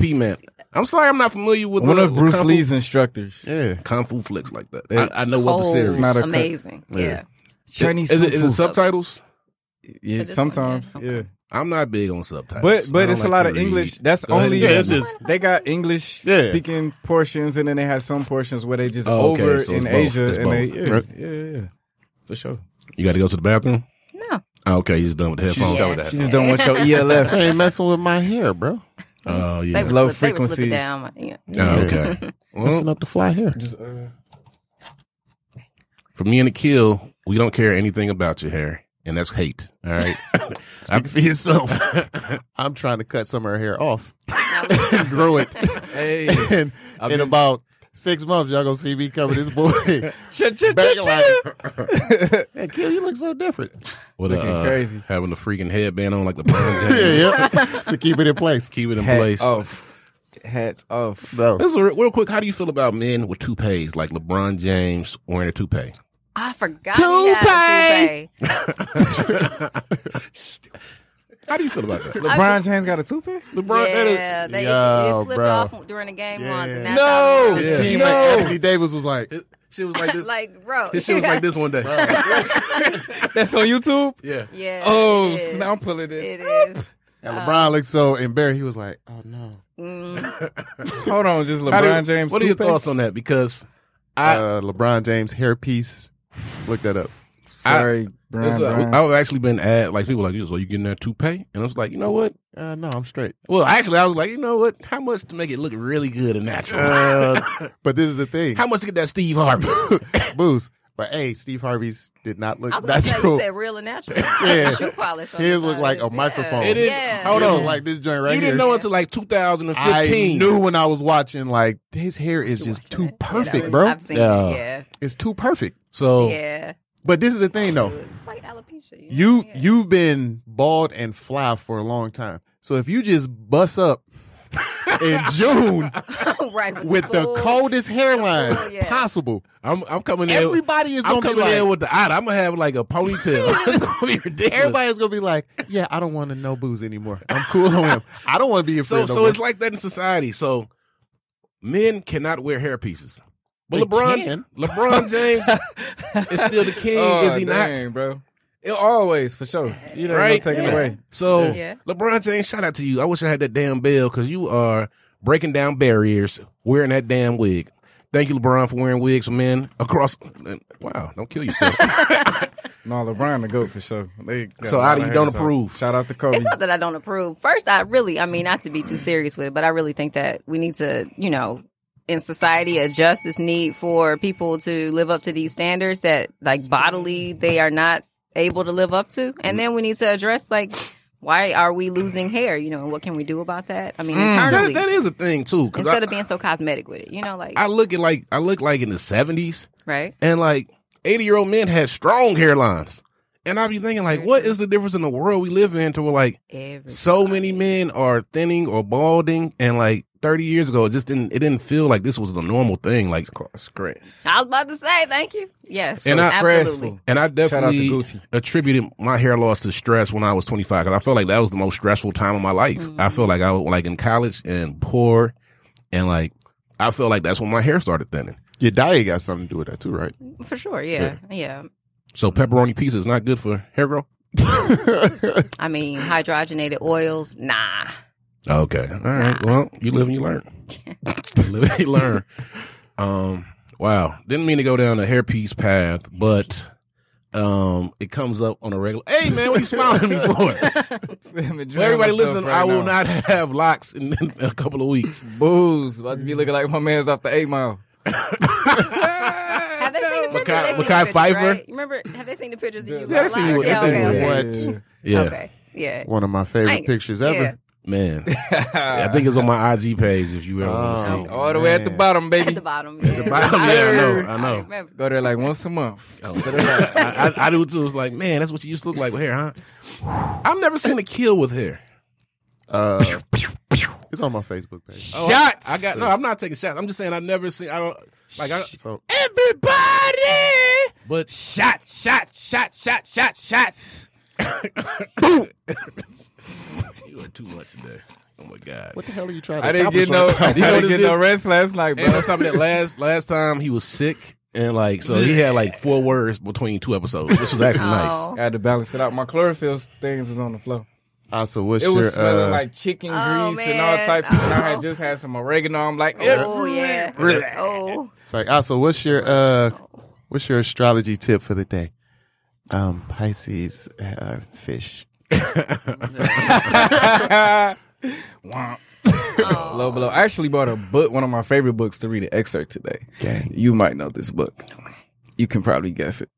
[SPEAKER 2] IP man. I'm sorry, I'm not familiar with
[SPEAKER 3] One
[SPEAKER 2] the-
[SPEAKER 3] of
[SPEAKER 2] with
[SPEAKER 3] Bruce
[SPEAKER 2] Kung Fu-
[SPEAKER 3] Lee's instructors.
[SPEAKER 5] yeah.
[SPEAKER 2] kung fu flicks like that. I, I know what the
[SPEAKER 6] Cold.
[SPEAKER 2] series.
[SPEAKER 3] Oh, not a-
[SPEAKER 6] amazing. Yeah.
[SPEAKER 3] Chinese
[SPEAKER 2] is
[SPEAKER 3] kung
[SPEAKER 2] it, is it
[SPEAKER 3] fu.
[SPEAKER 2] subtitles?
[SPEAKER 3] yeah,
[SPEAKER 6] But this one, yeah,
[SPEAKER 3] sometimes.
[SPEAKER 6] okay.
[SPEAKER 3] Yeah.
[SPEAKER 2] I'm not big on subtitles.
[SPEAKER 3] But
[SPEAKER 2] I
[SPEAKER 3] but
[SPEAKER 2] don't
[SPEAKER 3] it's
[SPEAKER 2] like
[SPEAKER 3] a lot
[SPEAKER 2] to
[SPEAKER 3] of
[SPEAKER 2] read.
[SPEAKER 3] English. That's
[SPEAKER 2] Go ahead.
[SPEAKER 3] only
[SPEAKER 2] Yeah, it's just
[SPEAKER 3] they got English
[SPEAKER 2] Yeah.
[SPEAKER 3] speaking portions, and then they had some portions where they just
[SPEAKER 2] Oh, okay,
[SPEAKER 3] over
[SPEAKER 2] so it's
[SPEAKER 3] in
[SPEAKER 2] both.
[SPEAKER 3] Asia.
[SPEAKER 2] It's
[SPEAKER 3] and
[SPEAKER 2] both.
[SPEAKER 3] They, yeah,
[SPEAKER 2] Right.
[SPEAKER 3] yeah, yeah, yeah. for sure.
[SPEAKER 2] You got to go to the bathroom.
[SPEAKER 6] No.
[SPEAKER 2] Oh, okay, he's done with the headphones.
[SPEAKER 6] done with
[SPEAKER 3] She just don't want your E ELF.
[SPEAKER 5] I ain't messing with my hair, bro.
[SPEAKER 2] Oh
[SPEAKER 6] They
[SPEAKER 2] yeah.
[SPEAKER 6] were
[SPEAKER 3] low
[SPEAKER 6] slip- they were
[SPEAKER 3] frequencies.
[SPEAKER 6] slipping down. my- Yeah.
[SPEAKER 2] Oh, okay.
[SPEAKER 5] Messing up the fly hair.
[SPEAKER 3] uh,
[SPEAKER 2] For me and the kill, we don't care anything about your hair, and that's hate. All right. Speak for yourself.
[SPEAKER 5] I'm trying to cut some of her hair off
[SPEAKER 6] Now, listen,
[SPEAKER 5] and grow it.
[SPEAKER 3] Hey,
[SPEAKER 5] and
[SPEAKER 3] I've
[SPEAKER 5] in
[SPEAKER 3] been-
[SPEAKER 5] about six months, y'all gonna see me cover this boy.
[SPEAKER 3] Cha- cha-
[SPEAKER 5] Back
[SPEAKER 3] cha-
[SPEAKER 5] like, hey, Kill, you look so different.
[SPEAKER 2] With a,
[SPEAKER 3] Looking
[SPEAKER 2] uh,
[SPEAKER 3] crazy.
[SPEAKER 2] Having the freaking headband on like the Brown James.
[SPEAKER 5] yeah, yeah. to keep it in place.
[SPEAKER 2] Keep it in
[SPEAKER 3] Hat
[SPEAKER 2] place.
[SPEAKER 3] off. Hats off.
[SPEAKER 5] Bro.
[SPEAKER 2] This is real, real quick. How do you feel about men with toupees, like LeBron James wearing a toupee?
[SPEAKER 6] I forgot. he had a toupee.
[SPEAKER 2] How do you feel about that?
[SPEAKER 3] LeBron James got a toupee.
[SPEAKER 2] LeBron, that is-
[SPEAKER 6] Yeah, they
[SPEAKER 5] Yo,
[SPEAKER 6] it slipped
[SPEAKER 5] bro.
[SPEAKER 6] off during the game once, and that's
[SPEAKER 2] No!
[SPEAKER 6] how we
[SPEAKER 5] His
[SPEAKER 6] realized-
[SPEAKER 5] teammate
[SPEAKER 2] No.
[SPEAKER 5] Anthony Davis was like,
[SPEAKER 2] his- shit was like this.
[SPEAKER 6] like, bro,
[SPEAKER 2] his shit was like this one day.
[SPEAKER 3] That's on YouTube.
[SPEAKER 2] yeah.
[SPEAKER 6] yeah.
[SPEAKER 3] Oh,
[SPEAKER 6] it is.
[SPEAKER 3] snap! I'm pulling it.
[SPEAKER 6] It is.
[SPEAKER 5] and LeBron looked so embarrassed. He was like, oh no.
[SPEAKER 6] Mm,
[SPEAKER 3] Hold on, just
[SPEAKER 2] How do you-
[SPEAKER 3] LeBron James.
[SPEAKER 2] What are your
[SPEAKER 3] toupee?
[SPEAKER 2] thoughts on that? Because I,
[SPEAKER 5] uh, LeBron James hairpiece. Look that up.
[SPEAKER 3] Sorry,
[SPEAKER 2] it's,
[SPEAKER 3] Brian.
[SPEAKER 2] uh,
[SPEAKER 3] Brian.
[SPEAKER 2] I've actually been at like people like this. Are you getting that toupee? And I was like, you know what?
[SPEAKER 5] Uh, no, I'm straight.
[SPEAKER 2] Well, actually, I was like, you know what? How much to make it look really good and natural?
[SPEAKER 5] Uh, But this is the thing,
[SPEAKER 2] How much to get that Steve Harvey?
[SPEAKER 5] booze. But hey, Steve Harvey's did not look
[SPEAKER 6] I was gonna say
[SPEAKER 5] natural.
[SPEAKER 6] you said real and natural.
[SPEAKER 5] Yeah.
[SPEAKER 6] shoe polish. on
[SPEAKER 5] His
[SPEAKER 6] the
[SPEAKER 5] look like a
[SPEAKER 6] sides. Yeah.
[SPEAKER 5] microphone.
[SPEAKER 2] It is-
[SPEAKER 6] Yeah.
[SPEAKER 2] hold
[SPEAKER 5] His
[SPEAKER 2] on.
[SPEAKER 5] look like this joint right
[SPEAKER 2] you
[SPEAKER 5] here.
[SPEAKER 2] didn't know until like 2015.
[SPEAKER 5] I knew when I was watching. Like his hair is just too
[SPEAKER 6] Yeah,
[SPEAKER 5] perfect, bro. Oh.
[SPEAKER 6] I've seen
[SPEAKER 2] Yeah.
[SPEAKER 6] it. Yeah.
[SPEAKER 5] It's too perfect.
[SPEAKER 2] So
[SPEAKER 6] Yeah.
[SPEAKER 5] But this is the thing, though.
[SPEAKER 6] It's like alopecia.
[SPEAKER 5] You
[SPEAKER 6] yeah.
[SPEAKER 5] you've been bald and fly for a long time. So if you just bust up in June
[SPEAKER 6] Oh, right
[SPEAKER 5] with the coldest hairline
[SPEAKER 6] cool, yeah.
[SPEAKER 5] possible,
[SPEAKER 2] I'm, I'm coming in.
[SPEAKER 5] everybody is
[SPEAKER 2] I'm
[SPEAKER 5] gonna be
[SPEAKER 2] coming
[SPEAKER 5] like,
[SPEAKER 2] in with the eye. I'm gonna have like a ponytail. it's gonna be ridiculous.
[SPEAKER 5] Everybody's gonna be like, "Yeah, I don't want to know booze anymore. I'm cool on him. I don't want to be a
[SPEAKER 2] so
[SPEAKER 5] friend."
[SPEAKER 2] so it's like that in society. So men cannot wear hair pieces. But
[SPEAKER 5] They
[SPEAKER 2] LeBron
[SPEAKER 5] can.
[SPEAKER 2] LeBron James is still the king,
[SPEAKER 3] Oh,
[SPEAKER 2] is he
[SPEAKER 3] dang,
[SPEAKER 2] not?
[SPEAKER 3] bro? It always for sure. You know,
[SPEAKER 2] Right?
[SPEAKER 3] right? Taking
[SPEAKER 6] Yeah.
[SPEAKER 3] away.
[SPEAKER 2] So
[SPEAKER 6] Yeah.
[SPEAKER 2] LeBron James, shout out to you. I wish I had that damn bell because you are breaking down barriers wearing that damn wig. Thank you, LeBron, for wearing wigs for men across. Wow, don't kill yourself.
[SPEAKER 3] No, LeBron the goat for sure. They got
[SPEAKER 2] So
[SPEAKER 3] a lot
[SPEAKER 2] how do
[SPEAKER 3] of
[SPEAKER 2] you don't
[SPEAKER 3] haters on.
[SPEAKER 2] approve?
[SPEAKER 3] Shout out to Kobe.
[SPEAKER 6] It's not that I don't approve. First, I really, I mean, not to be too serious with it, but I really think that we need to, you know, in society adjust this need for people to live up to these standards that, like, bodily, they are not able to live up to. And then we need to address like why are we losing hair? You know, and what can we do about that? I mean,
[SPEAKER 2] Mm.
[SPEAKER 6] internally
[SPEAKER 2] That, that is a thing too. Cause
[SPEAKER 6] instead
[SPEAKER 2] I,
[SPEAKER 6] of being so cosmetic with it. You know, like
[SPEAKER 2] I look at like I look like in the seventies
[SPEAKER 6] right?
[SPEAKER 2] and like eighty year old men had strong hairlines, and I be thinking like,
[SPEAKER 6] Very
[SPEAKER 2] what
[SPEAKER 6] true.
[SPEAKER 2] is the difference in the world we live in to where like
[SPEAKER 6] Everybody.
[SPEAKER 2] so many men are thinning or balding, and like thirty years ago, it just didn't it didn't feel like this was the normal thing. Like,
[SPEAKER 3] Stress.
[SPEAKER 6] I was about to say thank you. Yes,
[SPEAKER 2] And I-
[SPEAKER 6] absolutely.
[SPEAKER 2] and I
[SPEAKER 3] Shout out to
[SPEAKER 2] definitely
[SPEAKER 3] Gucci.
[SPEAKER 2] attributed my hair loss to stress when I was 25 because I felt like that was the most stressful time of my life. I
[SPEAKER 3] Mm-hmm.
[SPEAKER 2] felt like I was like in college and poor, and like I felt like that's when my hair started thinning.
[SPEAKER 5] Your diet got something to do with that too, right?
[SPEAKER 6] For sure, yeah, yeah.
[SPEAKER 2] So
[SPEAKER 3] Mm-hmm.
[SPEAKER 2] pepperoni pizza is not good for hair growth.
[SPEAKER 6] I mean, hydrogenated oils, nah.
[SPEAKER 2] Okay, all right. Well, you live and you learn. you live and you learn. Um, wow, didn't mean to go down the hairpiece path, but um, it comes up on a regular. Hey man, what you smiling at me for? For everybody listen, I will not have locks in, in a couple of weeks.
[SPEAKER 3] Booze. About to be looking like my man's off the eight mile.
[SPEAKER 6] Have they seen the pictures?
[SPEAKER 2] Makai-
[SPEAKER 6] They've seen
[SPEAKER 2] Makai
[SPEAKER 6] the pictures,
[SPEAKER 2] Pfeiffer?
[SPEAKER 6] right? You Remember? Have they seen the pictures of you?
[SPEAKER 3] Yeah,
[SPEAKER 5] they seen
[SPEAKER 6] live?
[SPEAKER 5] you- they
[SPEAKER 6] Yeah,
[SPEAKER 5] seen
[SPEAKER 6] okay,
[SPEAKER 5] you.
[SPEAKER 6] okay.
[SPEAKER 5] What?
[SPEAKER 2] Yeah,
[SPEAKER 6] Okay, yeah.
[SPEAKER 5] One of my favorite pictures ever.
[SPEAKER 6] Yeah.
[SPEAKER 2] man. I think it's on my IG page if you ever want to see.
[SPEAKER 5] Oh.
[SPEAKER 2] it.
[SPEAKER 3] All the way at the
[SPEAKER 5] Man.
[SPEAKER 3] bottom,
[SPEAKER 6] At
[SPEAKER 3] baby.
[SPEAKER 6] the bottom. Yeah.
[SPEAKER 2] bottom, yeah, I know, I know.
[SPEAKER 6] remember.
[SPEAKER 3] Go there like once a month.
[SPEAKER 2] I, I, I do too. It's like, man, that's what you used to look like with hair, huh? I've never seen a kill with hair.
[SPEAKER 5] Uh, it's on my Facebook page.
[SPEAKER 2] Oh, Shots. I, I got no. I'm not taking shots. I'm just saying I've never seen. I don't like. I,
[SPEAKER 5] So
[SPEAKER 2] everybody, but
[SPEAKER 3] Shot, shot, shot, shot, shot, shots.
[SPEAKER 2] you are too much today. Oh my god.
[SPEAKER 5] what the hell are you trying to
[SPEAKER 3] I didn't
[SPEAKER 5] accomplish
[SPEAKER 3] get no,
[SPEAKER 5] right now?
[SPEAKER 3] I
[SPEAKER 2] You know
[SPEAKER 3] didn't
[SPEAKER 2] this
[SPEAKER 3] get no
[SPEAKER 2] is-
[SPEAKER 3] rest last night,
[SPEAKER 2] And
[SPEAKER 3] bro.
[SPEAKER 2] on top of that, last last time he was sick, and like so he had like four words between two episodes, which was actually nice.
[SPEAKER 6] Oh.
[SPEAKER 3] I had to balance it out. My chlorophyll things is on the floor.
[SPEAKER 5] Also, what's
[SPEAKER 3] It was
[SPEAKER 5] your
[SPEAKER 3] smelling
[SPEAKER 5] uh,
[SPEAKER 3] like chicken
[SPEAKER 6] Oh,
[SPEAKER 3] grease and all
[SPEAKER 6] man.
[SPEAKER 3] types. And I
[SPEAKER 6] Oh.
[SPEAKER 3] had just had some oregano. I'm like,
[SPEAKER 6] Oh yeah. Oh.
[SPEAKER 5] It's like also, what's your uh, what's your astrology tip for the day? Um, Pisces, uh, fish.
[SPEAKER 3] Womp.
[SPEAKER 6] Oh.
[SPEAKER 3] Low below. I actually bought a book, one of my favorite books to read an excerpt today.
[SPEAKER 5] Gang.
[SPEAKER 3] You might know this book. You can probably guess it.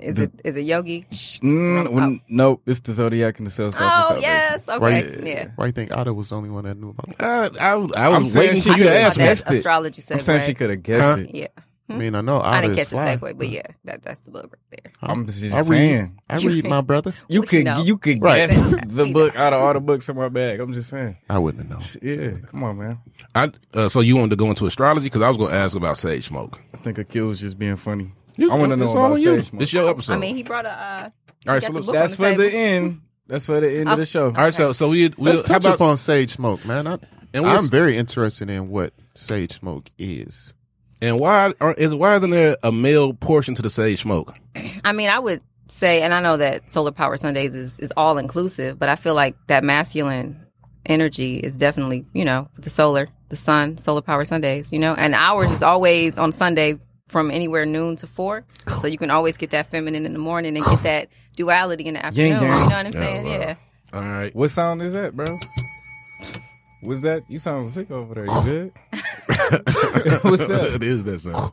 [SPEAKER 6] Is it is it Yogi?
[SPEAKER 3] Mm, when- Nope, it's the Zodiac and the Cell Signs
[SPEAKER 6] Oh
[SPEAKER 3] and Salvation.
[SPEAKER 6] yes. Okay.
[SPEAKER 5] Right.
[SPEAKER 6] Yeah.
[SPEAKER 5] Why you think Otto was the only one that knew about that?
[SPEAKER 2] Uh, I, I
[SPEAKER 3] I'm
[SPEAKER 2] was
[SPEAKER 3] saying
[SPEAKER 2] waiting
[SPEAKER 3] she
[SPEAKER 2] for you
[SPEAKER 3] could
[SPEAKER 2] to
[SPEAKER 3] have
[SPEAKER 2] ask me.
[SPEAKER 3] guessed
[SPEAKER 6] That's
[SPEAKER 3] it.
[SPEAKER 6] astrology segue.
[SPEAKER 3] I'm saying she could have guessed
[SPEAKER 2] Huh?
[SPEAKER 3] it.
[SPEAKER 6] Yeah.
[SPEAKER 5] I mean, I know Otto
[SPEAKER 6] Hmm? I didn't
[SPEAKER 5] is
[SPEAKER 6] catch the
[SPEAKER 5] fly.
[SPEAKER 6] segue, but yeah, that that's the book right there.
[SPEAKER 3] I'm just
[SPEAKER 5] I read,
[SPEAKER 3] saying.
[SPEAKER 5] I read my brother.
[SPEAKER 3] You
[SPEAKER 6] We
[SPEAKER 3] could
[SPEAKER 6] know.
[SPEAKER 3] you could
[SPEAKER 5] Right.
[SPEAKER 3] guess
[SPEAKER 6] We
[SPEAKER 3] the book out of all the books in my bag. I'm just saying.
[SPEAKER 5] I wouldn't have known.
[SPEAKER 3] Yeah, come on, man.
[SPEAKER 2] I, uh, so you wanted to go into astrology because I was going to ask about sage smoke.
[SPEAKER 3] I think Akil was just being funny.
[SPEAKER 2] You-
[SPEAKER 3] I want to
[SPEAKER 2] it's
[SPEAKER 3] know
[SPEAKER 2] all
[SPEAKER 3] about
[SPEAKER 2] on you.
[SPEAKER 3] Sage Smoke.
[SPEAKER 2] It's your episode.
[SPEAKER 6] I mean, he brought a. Uh,
[SPEAKER 2] all right, so
[SPEAKER 6] got the
[SPEAKER 2] let's,
[SPEAKER 6] book
[SPEAKER 2] all
[SPEAKER 3] That's
[SPEAKER 6] on the
[SPEAKER 3] for the
[SPEAKER 6] table.
[SPEAKER 3] end. That's for the end of the show.
[SPEAKER 2] right, so so we we
[SPEAKER 5] Let's
[SPEAKER 2] how
[SPEAKER 5] touch
[SPEAKER 2] about
[SPEAKER 5] upon sage smoke, man. I,
[SPEAKER 2] And we'll-
[SPEAKER 5] I'm very interested in what sage smoke is.
[SPEAKER 2] and why are, is why isn't there a male portion to the sage smoke?
[SPEAKER 6] I mean, I would say, and I know that Solar Power Sundays is, is all inclusive, but I feel like that masculine energy is definitely, you know, the solar, the sun, Solar Power Sundays, you know, and ours is always on Sunday from anywhere noon to four. So you can always get that feminine in the morning and get that duality in the afternoon.
[SPEAKER 3] yang.
[SPEAKER 6] You know what I'm saying?
[SPEAKER 2] wow.
[SPEAKER 6] Yeah.
[SPEAKER 2] All right,
[SPEAKER 3] What sound is that, bro? Was that you sound sick over there? You good? What's that?
[SPEAKER 2] it is that sound.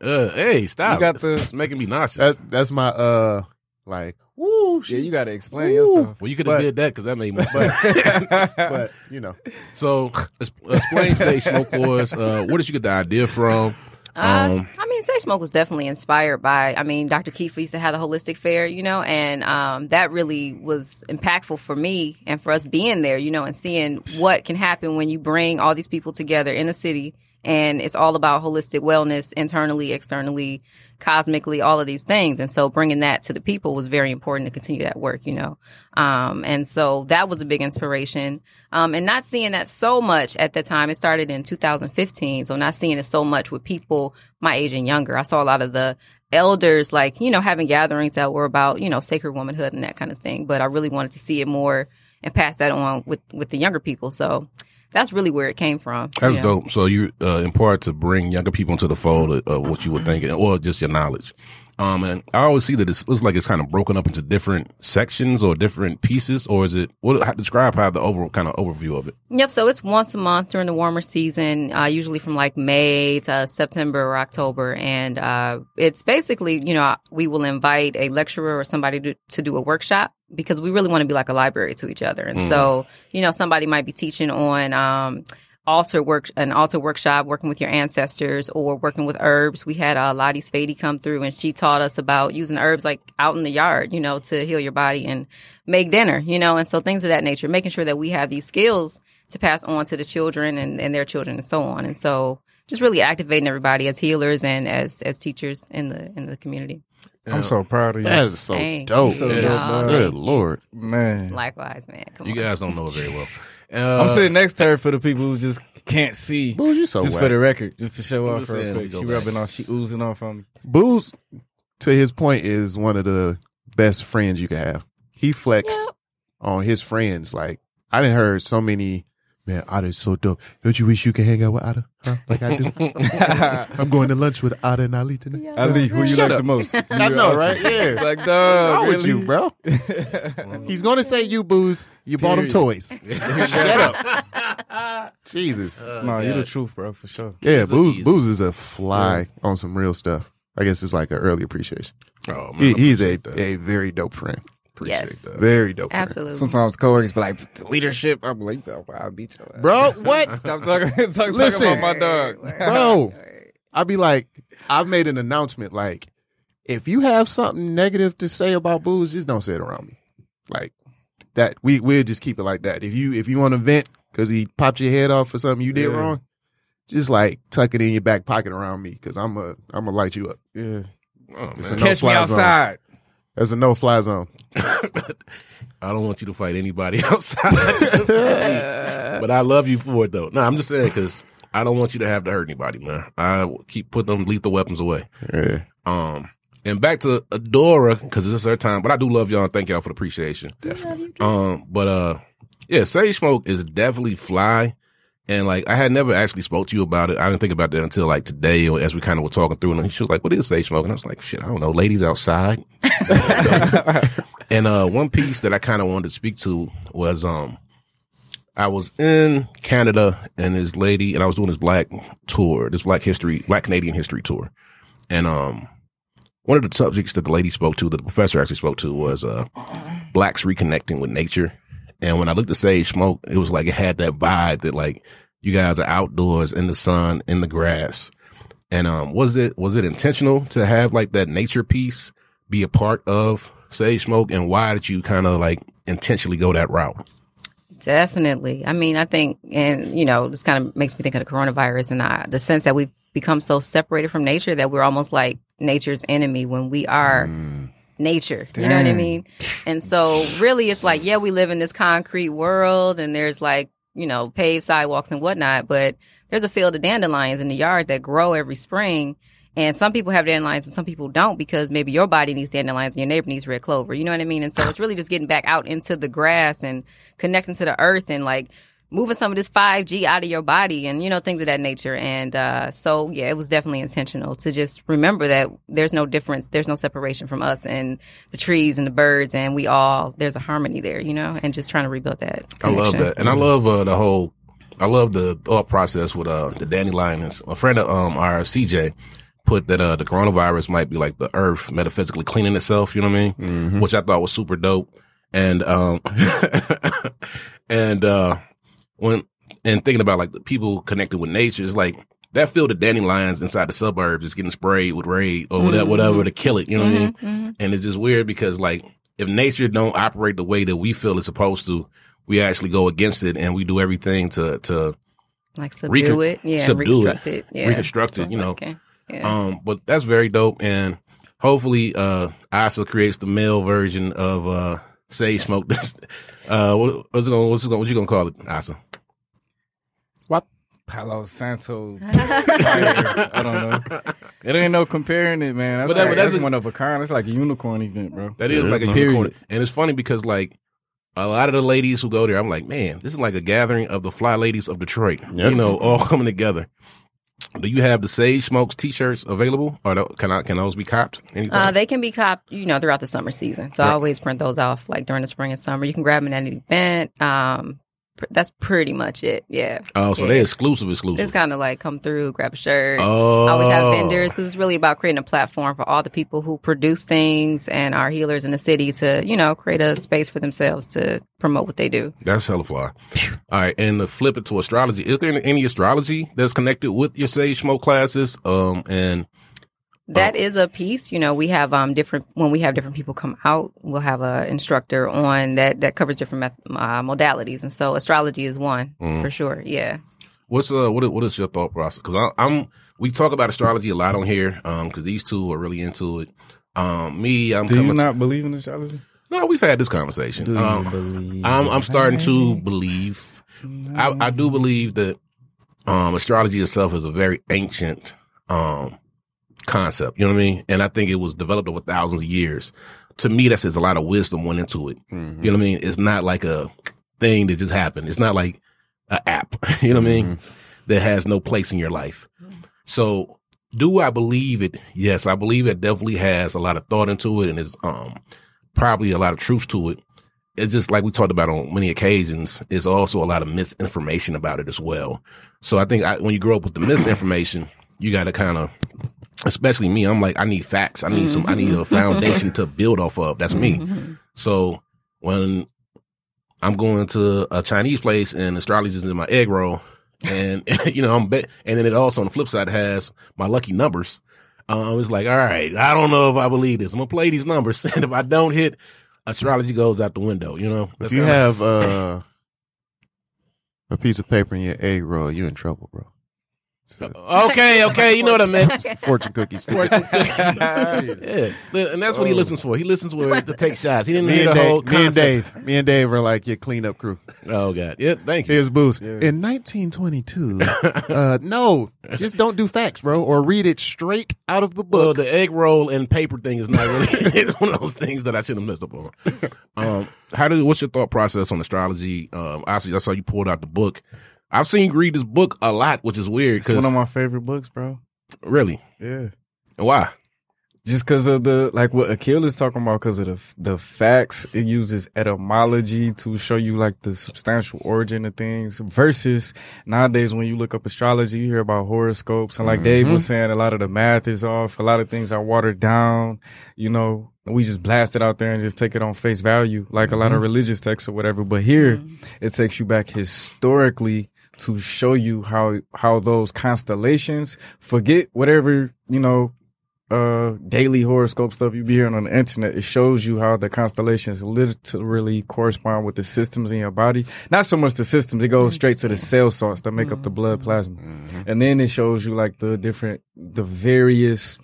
[SPEAKER 2] Uh, hey, stop!
[SPEAKER 3] You got the-
[SPEAKER 2] it's making me nauseous.
[SPEAKER 5] That that's my uh, like woo.
[SPEAKER 3] Yeah,
[SPEAKER 5] shit.
[SPEAKER 3] you gotta explain yourself.
[SPEAKER 2] well, you could have
[SPEAKER 5] But-
[SPEAKER 2] did that because that made more sense.
[SPEAKER 5] but you know,
[SPEAKER 2] so, es- explain sage smoke for us. Uh, where did you get the idea from?
[SPEAKER 6] Uh,
[SPEAKER 2] Um,
[SPEAKER 6] I mean, Sage Smoke was definitely inspired by. I mean, Dr. Kiefer used to have the holistic fair, you know, and um, that really was impactful for me and for us being there, you know, and seeing what can happen when you bring all these people together in a city. And it's all about holistic wellness internally, externally, cosmically, all of these things. And so bringing that to the people was very important to continue that work, you know. Um, and so that was a big inspiration. Um, and not seeing that so much at the time, it started in 2015. So not seeing it so much with people my age and younger. I saw a lot of the elders, like, you know, having gatherings that were about, you know, sacred womanhood and that kind of thing. But I really wanted to see it more and pass that on with, with the younger people. So that's really where it came from.
[SPEAKER 2] That's
[SPEAKER 6] you know.
[SPEAKER 2] uh, dope. So you, uh, in part, to bring younger people into the fold of, of what you were thinking, or just your knowledge. Um, and I always see that it's, looks like it's kind of broken up into different sections or different pieces, or is it? What how, describe how the overall kind of overview of it?
[SPEAKER 6] Yep. So it's once a month during the warmer season, uh, usually from like May to September or October. And uh, it's basically, you know, we will invite a lecturer or somebody to, to do a workshop because we really want to be like a library to each other. And so, you know, somebody might be teaching on, um, altar work an altar workshop working with your ancestors or working with herbs we had uh, lottie spady come through and she taught us about using herbs like out in the yard you know to heal your body and make dinner you know and so things of that nature making sure that we have these skills to pass on to the children and, and their children and so on and so just really activating everybody as healers and as as teachers in the in the community
[SPEAKER 3] I'm so proud of you,
[SPEAKER 5] That is so
[SPEAKER 6] Dang.
[SPEAKER 5] dope.
[SPEAKER 3] So
[SPEAKER 5] man.
[SPEAKER 6] dope, man.
[SPEAKER 5] Good lord.
[SPEAKER 3] man.
[SPEAKER 6] likewise man come
[SPEAKER 2] You
[SPEAKER 6] on.
[SPEAKER 2] guys don't know it very well.
[SPEAKER 3] I'm
[SPEAKER 2] Uh,
[SPEAKER 3] sitting next to her for the people who just can't see.
[SPEAKER 5] Booze, you so
[SPEAKER 3] Just
[SPEAKER 5] whack.
[SPEAKER 3] for the record, just to show off
[SPEAKER 2] just
[SPEAKER 3] real
[SPEAKER 2] saying,
[SPEAKER 3] quick.
[SPEAKER 2] go
[SPEAKER 3] She
[SPEAKER 2] back.
[SPEAKER 3] rubbing off, she oozing off on me.
[SPEAKER 5] Booze, to his point, is one of the best friends you can have. He flex
[SPEAKER 6] Yep.
[SPEAKER 5] on his friends. Like I didn't heard so many. Man, Otta's so dope. Don't you wish you could hang out with Otta? Huh? Like I do. I'm going to lunch with Otta and Ali tonight.
[SPEAKER 6] Yeah.
[SPEAKER 3] Ali, who you
[SPEAKER 5] Shut
[SPEAKER 3] like
[SPEAKER 5] up.
[SPEAKER 3] the most?
[SPEAKER 5] I know, right? Yeah.
[SPEAKER 3] Like, dog,
[SPEAKER 5] How would you,
[SPEAKER 3] really?
[SPEAKER 5] bro? He's gonna say you booze. You bought him
[SPEAKER 3] Period.
[SPEAKER 5] toys. Shut up. Jesus.
[SPEAKER 3] no, you the truth, bro, for sure.
[SPEAKER 5] Yeah,
[SPEAKER 2] He's a-
[SPEAKER 5] booze
[SPEAKER 2] he's a-
[SPEAKER 5] booze is a fly on some real stuff. I guess it's like an early appreciation.
[SPEAKER 2] Oh man,
[SPEAKER 5] He,
[SPEAKER 2] I
[SPEAKER 5] he's a,
[SPEAKER 2] appreciate that.
[SPEAKER 5] a very dope friend.
[SPEAKER 6] yes
[SPEAKER 5] Very dope. friend.
[SPEAKER 6] absolutely
[SPEAKER 3] Sometimes coworkers be like, the leadership. I'm like, "Bro, I'll beat your ass.
[SPEAKER 5] Bro, what?
[SPEAKER 3] Stop talking, stop talking
[SPEAKER 5] Listen.
[SPEAKER 3] about my dog.
[SPEAKER 5] Bro. I'd be like, I've made an announcement. Like, if you have something negative to say about booze, just don't say it around me. Like that. We we'll just keep it like that. If you if you want to vent because he popped your head off for something you did
[SPEAKER 3] Yeah.
[SPEAKER 5] wrong, just like tuck it in your back pocket around me because I'm a I'm gonna light you up.
[SPEAKER 3] Yeah.
[SPEAKER 2] Oh,
[SPEAKER 5] It's
[SPEAKER 2] man.
[SPEAKER 3] Catch
[SPEAKER 5] a no
[SPEAKER 3] me
[SPEAKER 5] fly zone.
[SPEAKER 3] outside.
[SPEAKER 5] That's a no fly zone.
[SPEAKER 2] I don't want you to fight anybody outside, but I love you for it though. No, I'm just saying because I don't want you to have to hurt anybody, man. I will keep putting them lethal weapons away.
[SPEAKER 5] Yeah.
[SPEAKER 2] Um, and back to Adora because this is her time. But I do love y'all. and Thank y'all for the appreciation. Definitely. Um, but uh, yeah, Sage Smoke is definitely fly. And like I had never actually spoke to you about it. I didn't think about that until like today, or as we kind of were talking through. And she was like, "What is sage smoke?" And I was like, "Shit, I don't know. Ladies outside." and uh, one piece that I kind of wanted to speak to was um, I was in Canada and this lady, and I was doing this black tour, this black history, black Canadian history tour, and um, one of the subjects that the lady spoke to, that the professor actually spoke to, was uh, blacks reconnecting with nature. And when I looked at Sage Smoke, it was like it had that vibe that like you guys are outdoors in the sun, in the grass. And um, was it was it intentional to have like that nature piece be a part of Sage Smoke? And why did you kind of like intentionally go that route?
[SPEAKER 6] Definitely. I mean, I think, and you know, this kind of makes me think of the coronavirus and I, the sense that we've become so separated from nature that we're almost like nature's enemy when we are nature. You know what I
[SPEAKER 3] Dang.
[SPEAKER 6] mean? And so, really, it's like, yeah, we live in this concrete world and there's like, you know, paved sidewalks and whatnot, but there's a field of dandelions in the yard that grow every spring. And some people have dandelions and some people don't because maybe your body needs dandelions and your neighbor needs red clover. You know what I mean? And so it's really just getting back out into the grass and connecting to the earth and like moving some of this 5G out of your body and, you know, things of that nature. And uh, so, yeah, it was definitely intentional to just remember that there's no difference. There's no separation from us and the trees and the birds. And we all, there's a harmony there, you know, and just trying to rebuild that.
[SPEAKER 2] I love
[SPEAKER 6] connection.
[SPEAKER 2] that, and I love uh, the whole. I love the thought process with uh, the dandelions. A friend of um, our CJ put that uh, the coronavirus might be like the Earth metaphysically cleaning itself. You know what I mean? Which I thought was super dope. And um, and uh, when and thinking about like the people connected with nature, it's like that field of dandelions inside the suburbs is getting sprayed with raid or whatever, whatever to kill it. You know what I
[SPEAKER 6] Mm-hmm,
[SPEAKER 2] mean? And it's just weird because like if nature don't operate the way that we feel it's supposed to, we actually go against it and we do everything to to
[SPEAKER 6] Like subdue
[SPEAKER 2] Recon-
[SPEAKER 6] it. Yeah.
[SPEAKER 2] subdue it.
[SPEAKER 6] reconstruct it. Yeah.
[SPEAKER 2] reconstruct it. You know.
[SPEAKER 6] Okay. Yeah.
[SPEAKER 2] Um, but that's very dope, and hopefully, uh, Asa creates the male version of uh, Sage Smoke. This, uh, what, what's it gonna, what's it gonna, what you gonna call it, Asa?
[SPEAKER 3] Palo Santo.
[SPEAKER 2] Um,
[SPEAKER 3] fire. I don't know. It ain't no comparing it, man. That's,
[SPEAKER 2] But that-
[SPEAKER 3] like,
[SPEAKER 2] but that's
[SPEAKER 3] that's
[SPEAKER 2] a-
[SPEAKER 3] one of a kind. It's like a unicorn event, bro.
[SPEAKER 2] That is like a
[SPEAKER 3] Period.
[SPEAKER 2] unicorn, and it's funny because like a lot of the ladies who go there, I'm like, man, this is like a gathering of the fly ladies of Detroit. You know, all coming together. Do you have the Sage Smokes T-shirts available, or tho- can I can those be copped? Anytime?
[SPEAKER 6] Uh, they can be copped, you know, throughout the summer season. So I always print those off like during the spring and summer. You can grab them at an event. Um, pr- that's pretty much it. Yeah.
[SPEAKER 2] oh, so
[SPEAKER 6] yeah.
[SPEAKER 2] they're exclusive, exclusive.
[SPEAKER 6] It's kind of like come through, grab a shirt.
[SPEAKER 2] oh,
[SPEAKER 6] I always have vendors because it's really about creating a platform for all the people who produce things and are healers in the city to, you know, create a space for themselves to promote what they do.
[SPEAKER 2] That's hella fly. All right, and to flip it to astrology, is there any astrology that's connected with your Sage Smoke classes? Um, and
[SPEAKER 6] That is a piece. You know, we have um different when we have different people come out, we'll have a instructor on that that covers different meth- uh, modalities, and so astrology is one
[SPEAKER 2] Mhm.
[SPEAKER 6] for sure. Yeah,
[SPEAKER 2] What's uh what is, what is your thought process? Because I'm we talk about astrology a lot on here. Um, because these two are really into it. Um, me, I'm
[SPEAKER 3] Do you
[SPEAKER 2] coming.
[SPEAKER 3] not believe in astrology?
[SPEAKER 2] no, we've had this conversation.
[SPEAKER 3] Do
[SPEAKER 2] um,
[SPEAKER 3] you believe?
[SPEAKER 2] I'm I'm starting to believe. I I do believe that um astrology itself is a very ancient um concept. You know what I mean? And I think it was developed over thousands of years. To me, that says a lot of wisdom went into it.
[SPEAKER 3] Mm-hmm.
[SPEAKER 2] You know what I mean? It's not like a thing that just happened. It's not like an app. You know what
[SPEAKER 3] Mm-hmm.
[SPEAKER 2] I mean? That has no place in your life. So, do I believe it? Yes, I believe it definitely has a lot of thought into it, and it's um probably a lot of truth to it. It's just like we talked about on many occasions. It's also a lot of misinformation about it as well. So I think I, when you grow up with the misinformation, you got to kind of, especially me. I'm like, I need facts. I need some. I need a foundation to build off of. That's me. So when I'm going to a Chinese place and astrology is in my egg roll, and you know I'm bet, and then it also on the flip side has my lucky numbers. Um, it's like, all right, I don't know if I believe this. I'm gonna play these numbers, and if I don't hit, astrology goes out the window. You know,
[SPEAKER 5] If you
[SPEAKER 2] kinda-
[SPEAKER 5] have uh, a piece of paper in your egg roll, you're in trouble, bro. So,
[SPEAKER 2] okay, okay, you know what I meant.
[SPEAKER 5] fortune cookies.
[SPEAKER 2] yeah, and that's what he listens for. He listens for to take shots. He didn't
[SPEAKER 5] Me
[SPEAKER 2] hear
[SPEAKER 5] and,
[SPEAKER 2] the whole
[SPEAKER 5] Dave, me and
[SPEAKER 2] concept.
[SPEAKER 5] Dave, me and Dave were like your cleanup crew.
[SPEAKER 2] Oh god, yeah, thank you.
[SPEAKER 5] Here's Boost.
[SPEAKER 3] Yeah.
[SPEAKER 5] In 1922, uh, no, just don't do facts, bro, or read it straight out of the
[SPEAKER 2] Well,
[SPEAKER 5] book.
[SPEAKER 2] the egg roll and paper thing is not really. it's one of those things that I shouldn't have messed up on. Um, how did? What's your thought process on astrology? Um, obviously, that's how you pulled out the book. I've seen you read this book a lot, which is weird.
[SPEAKER 3] It's one of
[SPEAKER 2] Cause,
[SPEAKER 3] my favorite books, bro.
[SPEAKER 2] really,
[SPEAKER 3] Yeah.
[SPEAKER 2] why?
[SPEAKER 3] Just because of the like what Akil is talking about, because of the f- the facts, it uses etymology to show you like the substantial origin of things. Versus nowadays, when you look up astrology, you hear about horoscopes, and like Dave was saying, a lot of the math is off, a lot of things are watered down. You know, we just blast it out there and just take it on face value, like a lot of religious texts or whatever. But here, it takes you back historically to show you how how those constellations forget whatever you know uh daily horoscope stuff you be hearing on the internet, it shows you how the constellations literally correspond with the systems in your body. Not so much the systems, it goes straight to the cell sorts that make up the blood plasma. And then it shows you like the different the various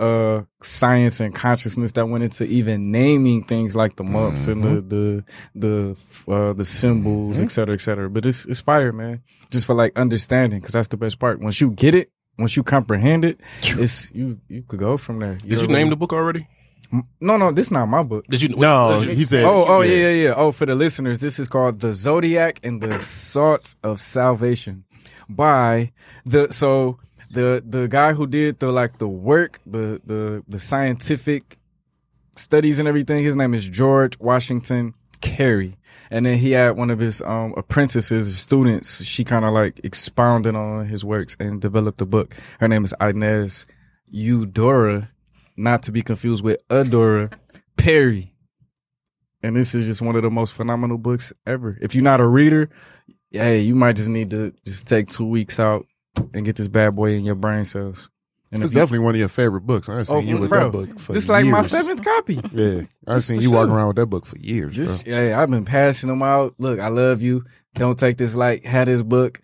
[SPEAKER 3] uh science and consciousness that went into even naming things like the months and the the the uh the symbols, et cetera, et cetera. But it's it's fire, man. Just for like understanding, because that's the best part. Once you get it, once you comprehend it, it's you you could go from there.
[SPEAKER 2] Did you name the book already?
[SPEAKER 3] No, no, this not my book.
[SPEAKER 2] Did you?
[SPEAKER 5] no,
[SPEAKER 2] did you-
[SPEAKER 5] he said.
[SPEAKER 3] Oh, oh yeah, yeah, yeah. Oh, for the listeners, this is called The Zodiac and the Sorts of Salvation by the so the the guy who did the like the work, the the the scientific studies and everything, his name is George Washington Carey. And then he had one of his um apprentices, students, she kind of like expounded on his works and developed a book. Her name is Inez Eudora, not to be confused with Adora Perry and this is just one of the most phenomenal books ever. If you're not a reader, hey, you might just need to just take two weeks out and get this bad boy in your brain cells. And
[SPEAKER 5] It's
[SPEAKER 3] if you-
[SPEAKER 5] definitely one of your favorite books. I've seen
[SPEAKER 3] Oh,
[SPEAKER 5] you with
[SPEAKER 3] bro.
[SPEAKER 5] that book for
[SPEAKER 3] this is like my
[SPEAKER 5] years.
[SPEAKER 3] seventh copy.
[SPEAKER 5] Yeah, I've seen
[SPEAKER 3] for
[SPEAKER 5] you walking
[SPEAKER 3] sure.
[SPEAKER 5] around with that book for years,
[SPEAKER 3] This,
[SPEAKER 5] bro.
[SPEAKER 3] yeah, I've been passing them out. Look, I love you. Don't take this light. Had this book.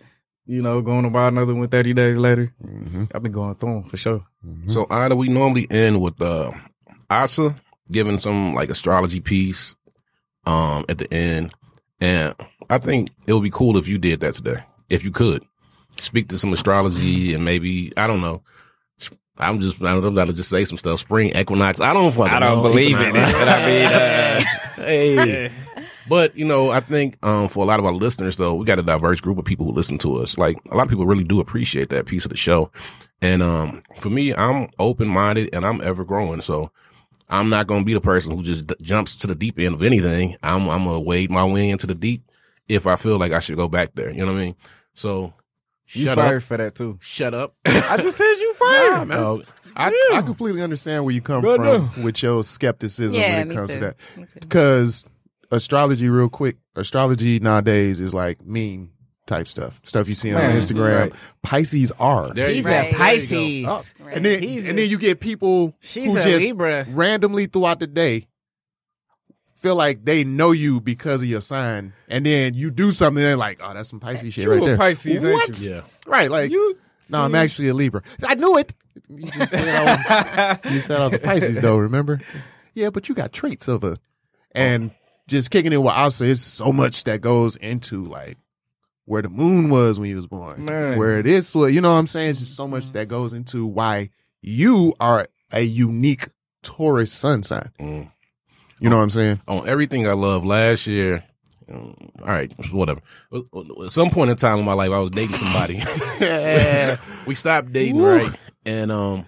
[SPEAKER 3] You know, going to buy another one 30 days later.
[SPEAKER 5] Mm-hmm.
[SPEAKER 3] I've been going through them for sure.
[SPEAKER 2] So Ida, we normally end with uh Asa giving some like astrology piece um at the end. And I think it would be cool if you did that today. If you could. Speak to some astrology and maybe I don't know. I'm just I'm about to just say some stuff. Spring equinox. I don't fucking
[SPEAKER 9] I don't
[SPEAKER 2] know.
[SPEAKER 9] believe in it, but I mean, uh,
[SPEAKER 2] hey. But you know, I think um, for a lot of our listeners, though, we got a diverse group of people who listen to us. Like a lot of people really do appreciate that piece of the show. And um, for me, I'm open minded and I'm ever growing. So I'm not going to be the person who just d- jumps to the deep end of anything. I'm I'm gonna wade my way into the deep if I feel like I should go back there. You know what I mean? So
[SPEAKER 3] You
[SPEAKER 2] shut
[SPEAKER 3] fired
[SPEAKER 2] up.
[SPEAKER 3] for that too.
[SPEAKER 2] Shut up.
[SPEAKER 3] I just said you fired.
[SPEAKER 5] Nah, man.
[SPEAKER 2] Oh,
[SPEAKER 5] I, I completely understand where you come
[SPEAKER 3] Right
[SPEAKER 5] from with your skepticism
[SPEAKER 6] Yeah,
[SPEAKER 5] when it
[SPEAKER 6] me
[SPEAKER 5] comes
[SPEAKER 6] too.
[SPEAKER 5] to that.
[SPEAKER 6] Me too.
[SPEAKER 5] Because astrology, real quick, astrology nowadays is like meme type stuff, stuff you see on
[SPEAKER 3] Man,
[SPEAKER 5] Instagram.
[SPEAKER 3] right.
[SPEAKER 5] Pisces are.
[SPEAKER 2] there
[SPEAKER 7] He's
[SPEAKER 2] you go.
[SPEAKER 6] Right.
[SPEAKER 7] a Pisces.
[SPEAKER 5] Up.
[SPEAKER 6] Right.
[SPEAKER 5] And then,
[SPEAKER 7] He's
[SPEAKER 5] and
[SPEAKER 7] a-
[SPEAKER 5] then you get people
[SPEAKER 7] She's
[SPEAKER 5] who
[SPEAKER 7] a
[SPEAKER 5] just
[SPEAKER 7] Libra.
[SPEAKER 5] randomly throughout the day feel like they know you because of your sign, and then you do something, they're like, "Oh, that's some Pisces shit
[SPEAKER 3] You
[SPEAKER 5] right
[SPEAKER 3] a
[SPEAKER 5] there."
[SPEAKER 3] Pisces, ain't
[SPEAKER 5] what?
[SPEAKER 3] you?
[SPEAKER 2] Yeah.
[SPEAKER 5] Right? Like,
[SPEAKER 3] You
[SPEAKER 5] no, I'm actually a Libra. I knew it. You just said I was, you said I was a Pisces, though. Remember? Yeah, but you got traits of a, and just kicking it with Asa. It's so much that goes into like where the moon was when you was born,
[SPEAKER 3] Man.
[SPEAKER 5] where it is. What you know? what I'm saying it's just so much that goes into why you are a unique Taurus sun sign.
[SPEAKER 2] Mm.
[SPEAKER 5] You know what I'm saying?
[SPEAKER 2] on everything I love last year. um, All right, whatever. At some point in time in my life, I was dating somebody. we stopped dating, right? And um,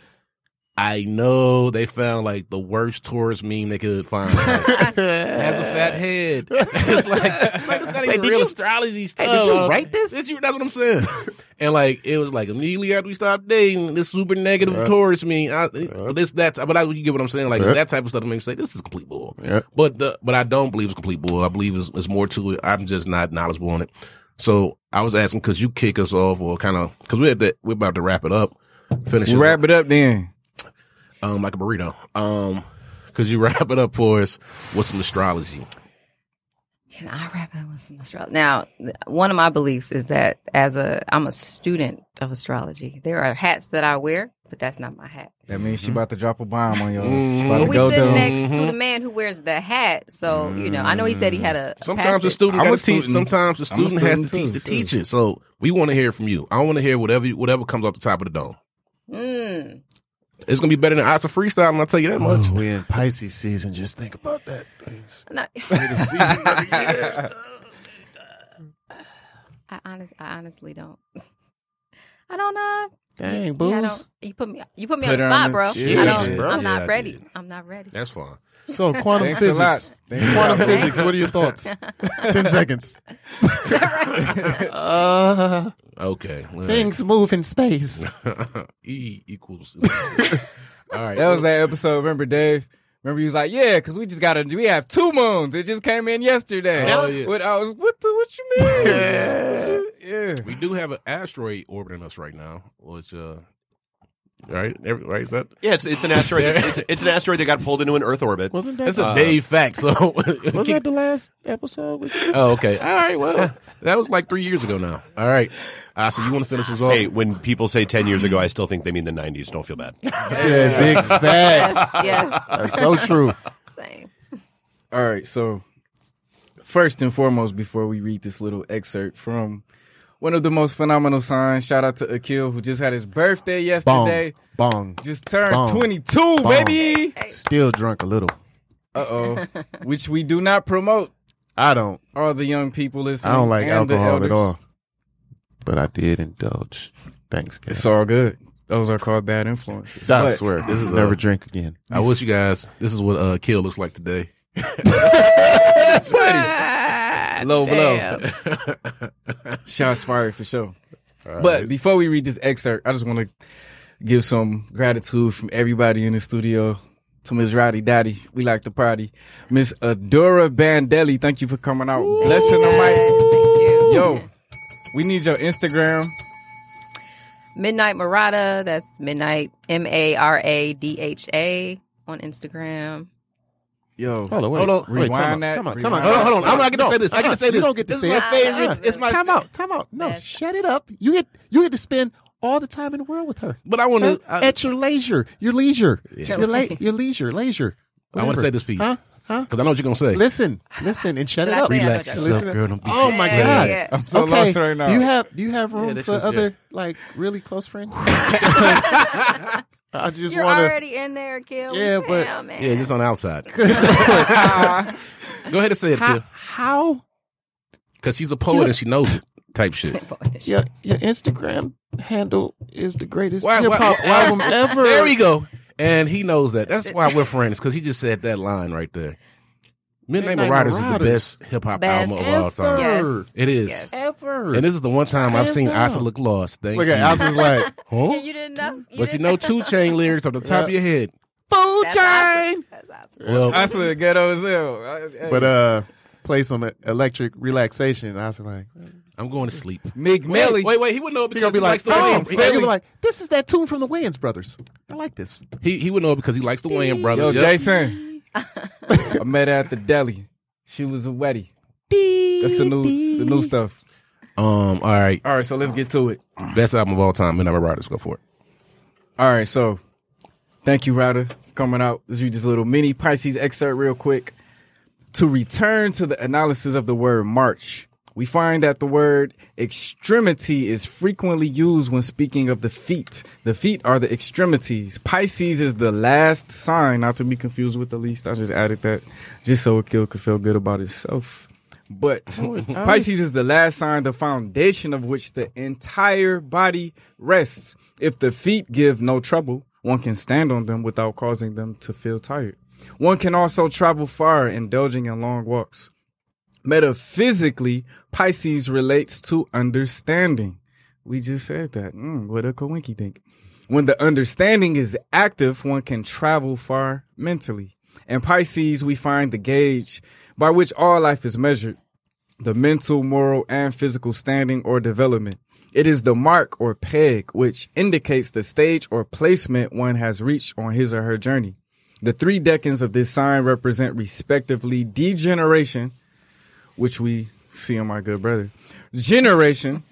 [SPEAKER 2] I know they found like the worst tourist meme they could find. Like, has a fat head. it's like, like, it's not even real astrology stuff.
[SPEAKER 5] did you
[SPEAKER 2] Uh,
[SPEAKER 5] write this?
[SPEAKER 2] Did you, that's what I'm saying. and like, it was like immediately after we stopped dating, this super negative tourist meme. I, this that's but I, you get what I'm saying. Like it's
[SPEAKER 5] Yeah.
[SPEAKER 2] that type of stuff that makes me say this is complete bull.
[SPEAKER 5] Yeah.
[SPEAKER 2] But the but I don't believe it's complete bull. I believe it's, it's more to it. I'm just not knowledgeable on it. So I was asking because you kick us off or kind of because we're at that we're about to wrap it up, finish it
[SPEAKER 3] You
[SPEAKER 2] up
[SPEAKER 3] wrap it up then.
[SPEAKER 2] um, like a burrito. Um, could you wrap it up for us with some astrology?
[SPEAKER 6] Can I wrap it with some astrology? Now, th- one of my beliefs is that as a I'm a student of astrology. There are hats that I wear, but that's not my hat.
[SPEAKER 3] That means she about to drop a bomb on y'all. She about
[SPEAKER 6] But
[SPEAKER 3] to
[SPEAKER 6] we
[SPEAKER 3] go
[SPEAKER 6] sit
[SPEAKER 3] down.
[SPEAKER 6] next to the man who wears the hat, so you know. I know he said he had a. a
[SPEAKER 2] Sometimes the
[SPEAKER 6] passage.
[SPEAKER 2] student,
[SPEAKER 3] I'm a
[SPEAKER 2] gotta teach,
[SPEAKER 3] student.
[SPEAKER 2] sometimes the
[SPEAKER 3] I'm a
[SPEAKER 2] student has to
[SPEAKER 3] student
[SPEAKER 2] teach the
[SPEAKER 3] too, too.
[SPEAKER 2] teacher. So we want to hear from you. I want to hear whatever you- whatever comes off the top of the dome.
[SPEAKER 6] Mm.
[SPEAKER 2] It's gonna be better than Ots of Freestyle, and I'll tell you that much.
[SPEAKER 5] we in Pisces season. Just think about that.
[SPEAKER 6] No,
[SPEAKER 5] Season
[SPEAKER 6] I honest, I honestly don't. I don't know.
[SPEAKER 5] Dang,
[SPEAKER 6] Yeah, I
[SPEAKER 5] booze.
[SPEAKER 6] don't, you put me, you put me
[SPEAKER 3] Put
[SPEAKER 6] on the
[SPEAKER 3] her
[SPEAKER 6] spot,
[SPEAKER 3] on the-
[SPEAKER 6] bro.
[SPEAKER 2] Yeah,
[SPEAKER 6] I
[SPEAKER 2] I
[SPEAKER 6] don't,
[SPEAKER 2] did.
[SPEAKER 6] I'm
[SPEAKER 2] Yeah, I
[SPEAKER 6] not ready.
[SPEAKER 2] did.
[SPEAKER 6] I'm not ready.
[SPEAKER 2] That's fine.
[SPEAKER 5] so quantum
[SPEAKER 3] Thanks a
[SPEAKER 5] physics.
[SPEAKER 3] lot. Thanks a
[SPEAKER 5] Quantum
[SPEAKER 3] lot.
[SPEAKER 5] physics. What are your thoughts? Ten seconds. uh,
[SPEAKER 2] Okay. All right.
[SPEAKER 5] things move in space.
[SPEAKER 2] e equals. All right.
[SPEAKER 3] That was that episode. Remember, Dave? Remember, he was like, "Yeah, because we just got to. We have two moons. It just came in yesterday."
[SPEAKER 2] Oh, yeah.
[SPEAKER 3] What I was, what the, what you mean? yeah. yeah.
[SPEAKER 2] we do have an asteroid orbiting us right now, which uh, right, Every, right? Is that
[SPEAKER 4] Yeah, it's, it's an asteroid. it's, it's an asteroid that got pulled into an Earth orbit.
[SPEAKER 5] Wasn't
[SPEAKER 2] that's a day fact? So
[SPEAKER 5] was that the last episode? With-
[SPEAKER 2] Oh, okay. All right. Well, that was like three years ago now. All right. Uh, so you want to finish this off?
[SPEAKER 4] Hey, when people say ten years ago, I still think they mean the '90s. Don't feel bad.
[SPEAKER 5] yeah, big facts.
[SPEAKER 6] Yes, yes,
[SPEAKER 5] That's so true.
[SPEAKER 6] same.
[SPEAKER 3] All right, so first and foremost, before we read this little excerpt from one of the most phenomenal signs, shout out to Akil who just had his birthday
[SPEAKER 5] Bong,
[SPEAKER 3] yesterday.
[SPEAKER 5] bong.
[SPEAKER 3] Just turned
[SPEAKER 5] Bong.
[SPEAKER 3] 22,
[SPEAKER 5] Bong.
[SPEAKER 3] baby.
[SPEAKER 5] Still drunk a little.
[SPEAKER 3] Uh oh, which we do not promote.
[SPEAKER 5] I don't.
[SPEAKER 3] All the young people
[SPEAKER 5] I
[SPEAKER 3] listening.
[SPEAKER 5] don't like
[SPEAKER 3] and the
[SPEAKER 5] alcohol at
[SPEAKER 3] elders.
[SPEAKER 5] all. But I did indulge. Thanks, guys.
[SPEAKER 3] It's all good. Those are called bad influences.
[SPEAKER 5] I
[SPEAKER 3] But
[SPEAKER 5] swear,
[SPEAKER 2] this is
[SPEAKER 5] never
[SPEAKER 2] a-
[SPEAKER 5] drink again.
[SPEAKER 2] I wish you guys. This is what uh, kill looks like today.
[SPEAKER 3] Low blow. Shots fired for sure. But before we read this excerpt, I just want to give some gratitude from everybody in the studio to Ms. Roddy Daddy. We like to party. Miss Adora Bandelli, thank you for coming out. Blessing the mic.
[SPEAKER 6] Thank you.
[SPEAKER 3] Yo, we need your Instagram.
[SPEAKER 6] Midnight Marada. That's Midnight M A R A D H A on Instagram.
[SPEAKER 3] Yo.
[SPEAKER 5] Hold on, wait,
[SPEAKER 2] Hold on.
[SPEAKER 5] wait, time
[SPEAKER 3] Rewind
[SPEAKER 5] out,
[SPEAKER 3] that,
[SPEAKER 5] time out, time out.
[SPEAKER 2] Hold
[SPEAKER 3] rewind
[SPEAKER 2] on, hold on. I'm not gonna
[SPEAKER 5] No,
[SPEAKER 2] say this. I
[SPEAKER 5] no,
[SPEAKER 2] can say
[SPEAKER 5] You
[SPEAKER 2] this.
[SPEAKER 5] don't get to
[SPEAKER 2] This
[SPEAKER 5] say
[SPEAKER 2] is
[SPEAKER 5] it.
[SPEAKER 2] my
[SPEAKER 6] favorite-
[SPEAKER 5] It's
[SPEAKER 6] it's
[SPEAKER 5] my
[SPEAKER 6] my
[SPEAKER 5] time out, time out. No,
[SPEAKER 6] Yes.
[SPEAKER 5] shut it up. You get you get to spend all the time in the world with her.
[SPEAKER 2] But I want
[SPEAKER 5] Huh?
[SPEAKER 2] to. I,
[SPEAKER 5] At your leisure, your leisure,
[SPEAKER 6] Your
[SPEAKER 5] your, la-
[SPEAKER 6] leisure.
[SPEAKER 5] your leisure, leisure.
[SPEAKER 2] I want
[SPEAKER 5] Whatever.
[SPEAKER 2] to say this piece
[SPEAKER 5] Huh?
[SPEAKER 2] because
[SPEAKER 5] Huh?
[SPEAKER 2] I know what you're gonna say.
[SPEAKER 5] Listen, listen, and shut
[SPEAKER 6] Should
[SPEAKER 5] it
[SPEAKER 6] I
[SPEAKER 5] up.
[SPEAKER 6] say it? I
[SPEAKER 5] Relax.
[SPEAKER 6] don't
[SPEAKER 2] Shut
[SPEAKER 6] judge.
[SPEAKER 5] Listen.
[SPEAKER 2] up, girl. Don't be
[SPEAKER 5] Oh
[SPEAKER 2] shy.
[SPEAKER 5] my
[SPEAKER 6] Yeah,
[SPEAKER 5] god.
[SPEAKER 6] yeah.
[SPEAKER 3] I'm so
[SPEAKER 5] okay.
[SPEAKER 3] lost right now.
[SPEAKER 5] Do you have do you have room
[SPEAKER 2] that's
[SPEAKER 5] for
[SPEAKER 2] just- yeah.
[SPEAKER 5] other like really close friends? I just
[SPEAKER 6] You're
[SPEAKER 5] want to.
[SPEAKER 6] already in there, Kill.
[SPEAKER 5] Yeah, but-
[SPEAKER 6] Damn, man.
[SPEAKER 2] Yeah, just on the outside. Go ahead and say it,
[SPEAKER 5] How,
[SPEAKER 2] Phil.
[SPEAKER 5] how
[SPEAKER 2] Because she's a poet and she knows it. Type shit.
[SPEAKER 5] your, your Instagram handle is the greatest
[SPEAKER 2] Why-
[SPEAKER 5] hip
[SPEAKER 2] why-
[SPEAKER 5] hop
[SPEAKER 2] why-
[SPEAKER 5] album ever?
[SPEAKER 2] There we go. And he knows that. That's why we're friends because he just said that line right there. Midnight,
[SPEAKER 5] Midnight
[SPEAKER 2] Marauders,
[SPEAKER 5] Marauders.
[SPEAKER 2] is the best hip hop
[SPEAKER 6] Best
[SPEAKER 2] album of all time.
[SPEAKER 6] Yes.
[SPEAKER 2] It is.
[SPEAKER 6] Yes.
[SPEAKER 5] Ever.
[SPEAKER 2] And this is the one time I've
[SPEAKER 5] Hands
[SPEAKER 2] seen Asa
[SPEAKER 5] down.
[SPEAKER 2] look lost. Thank
[SPEAKER 5] Look
[SPEAKER 2] you.
[SPEAKER 5] at Allison's like
[SPEAKER 2] Huh?
[SPEAKER 6] You didn't know.
[SPEAKER 2] but you
[SPEAKER 6] didn't
[SPEAKER 2] know two chain lyrics off the top of your head.
[SPEAKER 5] food
[SPEAKER 6] That's
[SPEAKER 5] chain.
[SPEAKER 6] awesome. That's awesome.
[SPEAKER 2] Well,
[SPEAKER 3] I said ghetto as hell.
[SPEAKER 5] But uh, play some electric relaxation. I was like,
[SPEAKER 2] I'm going to sleep.
[SPEAKER 3] Meek Millie.
[SPEAKER 2] Wait, wait, he wouldn't know
[SPEAKER 5] he
[SPEAKER 2] because
[SPEAKER 5] gonna be
[SPEAKER 2] he
[SPEAKER 5] like,
[SPEAKER 2] likes the
[SPEAKER 5] oh,
[SPEAKER 2] Wayans
[SPEAKER 5] he
[SPEAKER 2] brothers.
[SPEAKER 5] gonna be like, this is that tune from the Wayans brothers. I like this.
[SPEAKER 2] He he would know because he likes the Wayne
[SPEAKER 3] Yo,
[SPEAKER 2] brothers. Yep.
[SPEAKER 3] Jason. I met her at the deli. She was a weddie. That's the new the new stuff.
[SPEAKER 2] Um, all right.
[SPEAKER 3] All right, so let's get to it.
[SPEAKER 2] Best album of all time, Midnight Marauders. Go for it.
[SPEAKER 3] All right, so thank you, Router, for coming out. Let's read this little mini Pisces excerpt real quick. To return to the analysis of the word march, we find that the word extremity is frequently used when speaking of the feet. The feet are the extremities. Pisces is the last sign, not to be confused with the least. I just added that just so Akil could feel good about itself. But Pisces is the last sign, the foundation of which the entire body rests. If the feet give no trouble, one can stand on them without causing them to feel tired. One can also travel far, indulging in long walks. Metaphysically, Pisces relates to understanding. We just said that. Mm, what a coinky dink. When the understanding is active, one can travel far mentally. In Pisces, we find the gauge by which all life is measured the mental, moral, and physical standing or development. It is the mark or peg which indicates the stage or placement one has reached on his or her journey. The three decans of this sign represent respectively degeneration, which we see in my good brother, generation,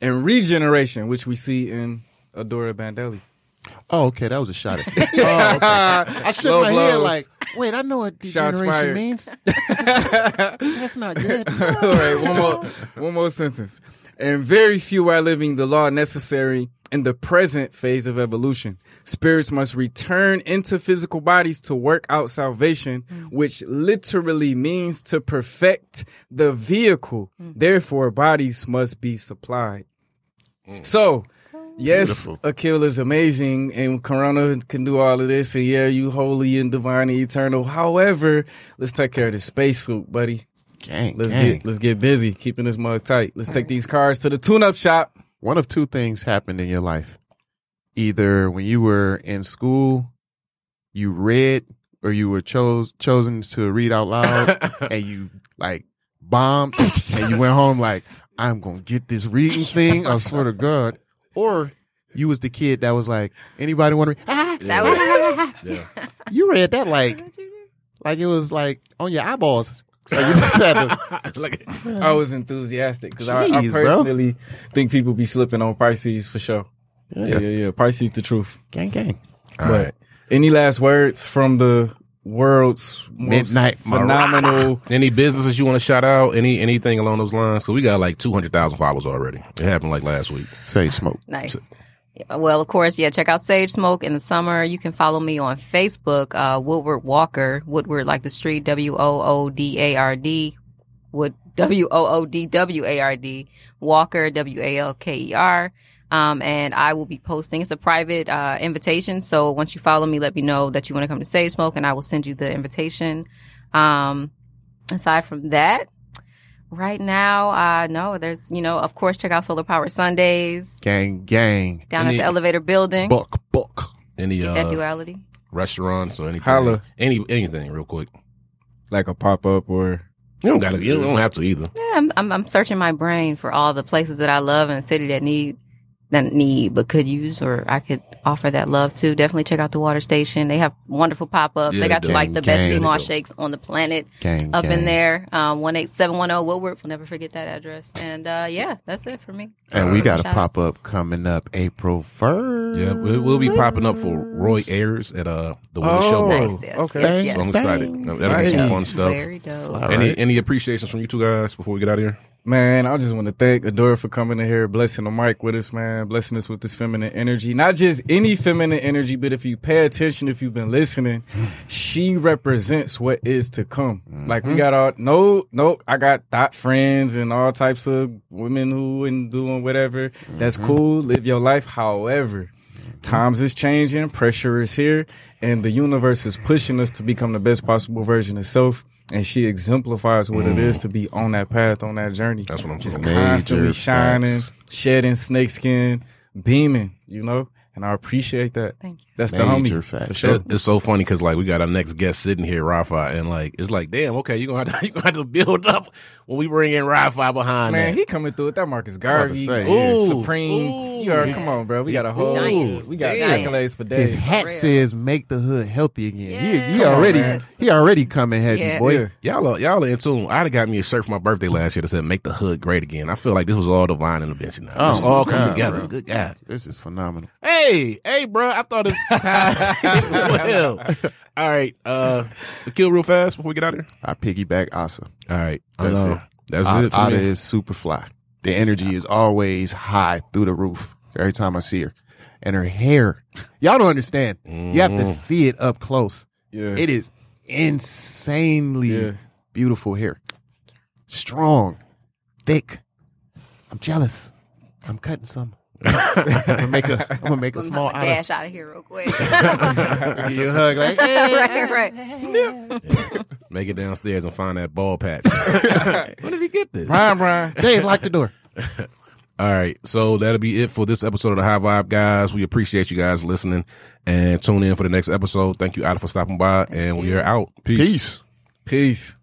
[SPEAKER 3] and regeneration, which we see in Adora Bandelli.
[SPEAKER 5] Oh, okay, that was a shot. At oh, okay. I shook
[SPEAKER 3] Low
[SPEAKER 5] my head
[SPEAKER 3] blows.
[SPEAKER 5] like, wait, I know what
[SPEAKER 3] Shots
[SPEAKER 5] degeneration
[SPEAKER 3] fired.
[SPEAKER 5] means. That's not good.
[SPEAKER 3] All right, one more, one more sentence. And very few are living the law necessary in the present phase of evolution. Spirits must return into physical bodies to work out salvation, which literally means to perfect the vehicle. Therefore, bodies must be supplied. So, yes, Akil is amazing, and Corona can do all of this. And yeah, you holy and divine and eternal. However, let's take care of this spacesuit, buddy.
[SPEAKER 5] Gang,
[SPEAKER 3] Let's
[SPEAKER 5] gang.
[SPEAKER 3] get let's get busy keeping this mug tight. Let's take these cars to the tune-up shop.
[SPEAKER 5] one of two things happened in your life. Either when you were in school, you read or you were chose chosen to read out loud and you like bombed and you went home like, I'm gonna get this reading thing, I swear to God. Or you was the kid that was like, anybody wanna read ah,
[SPEAKER 6] That was
[SPEAKER 5] you read that like like it was like on your eyeballs. So you just had to
[SPEAKER 2] Like,
[SPEAKER 3] I was enthusiastic because I, I
[SPEAKER 5] Jeez, bro.
[SPEAKER 3] personally think people be slipping on Pisces for sure. Yeah, yeah, yeah. Pisces the truth.
[SPEAKER 5] gang gang.
[SPEAKER 2] all right.
[SPEAKER 3] Any last words from the world's most
[SPEAKER 5] Midnight
[SPEAKER 3] phenomenal?
[SPEAKER 2] Any businesses you want to shout out? Any anything along those lines? Because we got like two hundred thousand followers already. It happened like last week.
[SPEAKER 5] Sage smoke.
[SPEAKER 6] nice. Yeah, Well, of course, yeah. Check out Sage Smoke in the summer. You can follow me on Facebook, uh, Woodward Walker, Woodward like the street, W O O D A R D, Wood W O O D W A R D, Walker W A L K E R. Um, and I will be posting. It's a private uh, invitation, so once you follow me, let me know that you want to come to Sage Smoke, and I will send you the invitation. Um, aside from that, right now, uh, no, there's you know, of course, check out Solar Power Sundays
[SPEAKER 5] Gang gang.
[SPEAKER 6] down at
[SPEAKER 2] Any-
[SPEAKER 6] the elevator building.
[SPEAKER 5] Buck buck.
[SPEAKER 2] Any
[SPEAKER 6] that
[SPEAKER 2] uh,
[SPEAKER 6] duality.
[SPEAKER 2] restaurants or anything?
[SPEAKER 3] Holla.
[SPEAKER 2] Any anything real quick.
[SPEAKER 3] like a pop up or
[SPEAKER 2] You don't got to. You don't have to either.
[SPEAKER 6] Yeah, I'm, I'm I'm searching my brain for all the places that I love in the city that need that need but could use or I could offer that love to. Definitely check out the water station. They have wonderful pop ups.
[SPEAKER 2] Yeah,
[SPEAKER 6] they got
[SPEAKER 2] they do.
[SPEAKER 6] like the
[SPEAKER 5] Gang,
[SPEAKER 6] best
[SPEAKER 5] they
[SPEAKER 6] Seymour
[SPEAKER 2] do.
[SPEAKER 6] shakes on the planet
[SPEAKER 5] Gang
[SPEAKER 6] up
[SPEAKER 5] gang.
[SPEAKER 6] in there. Um, one eight seven one zero Woodward. We'll never forget that address. And uh, yeah, that's it for me.
[SPEAKER 5] And we got a
[SPEAKER 6] Shout out.
[SPEAKER 5] pop up coming up April 1st.
[SPEAKER 2] Yeah, it will be popping up for Roy Ayers at uh the Women's
[SPEAKER 3] Oh,
[SPEAKER 2] Show.
[SPEAKER 6] Nice. Yes,
[SPEAKER 3] okay.
[SPEAKER 6] Yes,
[SPEAKER 2] So I'm
[SPEAKER 6] yes.
[SPEAKER 2] excited. That'll be some
[SPEAKER 3] Nice.
[SPEAKER 2] fun stuff.
[SPEAKER 6] Very dope.
[SPEAKER 5] All
[SPEAKER 2] Any
[SPEAKER 5] right.
[SPEAKER 2] any appreciations from you two guys before we get out of here?
[SPEAKER 3] Man, I just want to thank Adora for coming in here, blessing the mic with us, man, blessing us with this feminine energy. Not just any feminine energy, but if you pay attention, if you've been listening, she represents what is to come. Like we got all no, no, I got thought friends and all types of women who and doing whatever. That's cool. Live your life. However, Mm-hmm. times is changing, pressure is here, and the universe is pushing us to become the best possible version of self. And she exemplifies what it is to be on that path, on that journey.
[SPEAKER 2] That's what I'm
[SPEAKER 3] Just
[SPEAKER 2] talking
[SPEAKER 5] about.
[SPEAKER 3] constantly
[SPEAKER 5] Major
[SPEAKER 3] shining,
[SPEAKER 5] facts.
[SPEAKER 3] shedding snakeskin, beaming, you know? And I appreciate that.
[SPEAKER 6] Thank you.
[SPEAKER 3] That's the
[SPEAKER 5] Major
[SPEAKER 3] homie.
[SPEAKER 5] facts.
[SPEAKER 3] For sure.
[SPEAKER 2] It- it's so funny because like we got our next guest sitting here, Rafa, and like it's like, damn, okay, you're gonna have to, you gonna have to build up when we bring in Rafa behind
[SPEAKER 3] Man,
[SPEAKER 2] man.
[SPEAKER 3] he coming through with that Marcus Garvey,
[SPEAKER 5] say,
[SPEAKER 3] ooh,
[SPEAKER 2] yeah.
[SPEAKER 3] Supreme.
[SPEAKER 2] Ooh.
[SPEAKER 3] you heard, come on, bro. We got a whole,
[SPEAKER 6] Giants.
[SPEAKER 3] we got
[SPEAKER 6] Damn.
[SPEAKER 3] accolades for days.
[SPEAKER 5] His hat
[SPEAKER 6] real.
[SPEAKER 5] says "Make the hood healthy again." He, he
[SPEAKER 6] Yeah.
[SPEAKER 5] already
[SPEAKER 3] Come on, man.
[SPEAKER 5] he already coming heavy,
[SPEAKER 6] Yeah.
[SPEAKER 5] boy.
[SPEAKER 3] Yeah.
[SPEAKER 2] Y'all are, y'all are in tune. I'd have got me a shirt for my birthday last year that said "Make the Hood Great Again." I feel like this was all divine intervention. Now. This
[SPEAKER 5] Oh,
[SPEAKER 2] all come
[SPEAKER 5] God,
[SPEAKER 2] together.
[SPEAKER 5] bro.
[SPEAKER 2] Good God.
[SPEAKER 5] This is phenomenal.
[SPEAKER 2] Hey, hey, bro. I thought it was time. well, all right. Uh, kill real fast before we get out of here.
[SPEAKER 5] I piggyback Asa.
[SPEAKER 2] All right.
[SPEAKER 5] That's
[SPEAKER 2] I know.
[SPEAKER 5] it.
[SPEAKER 2] That's
[SPEAKER 5] A-
[SPEAKER 2] it. For
[SPEAKER 5] Ada
[SPEAKER 2] me.
[SPEAKER 5] is super fly. The energy is always high through the roof every time I see her. And her hair, y'all don't understand. You have to see it up close.
[SPEAKER 3] Yeah.
[SPEAKER 5] It is insanely
[SPEAKER 3] Yeah.
[SPEAKER 5] beautiful hair. Strong, thick. I'm jealous. I'm cutting some. I'm gonna make a, I'm gonna make a
[SPEAKER 6] I'm
[SPEAKER 5] small
[SPEAKER 6] gonna
[SPEAKER 5] Ada.
[SPEAKER 6] dash out of here real quick.
[SPEAKER 5] Give you a hug like, hey.
[SPEAKER 6] right, right.
[SPEAKER 2] Make it downstairs and find that ball patch. Where did he get this?
[SPEAKER 3] Brian, Brian.
[SPEAKER 5] Dave, lock the door.
[SPEAKER 2] All right. So that'll be it for this episode of the High Vibe, guys. We appreciate you guys listening and tune in for the next episode. Thank you, Ada, for stopping by. and we are out. Peace.
[SPEAKER 3] Peace.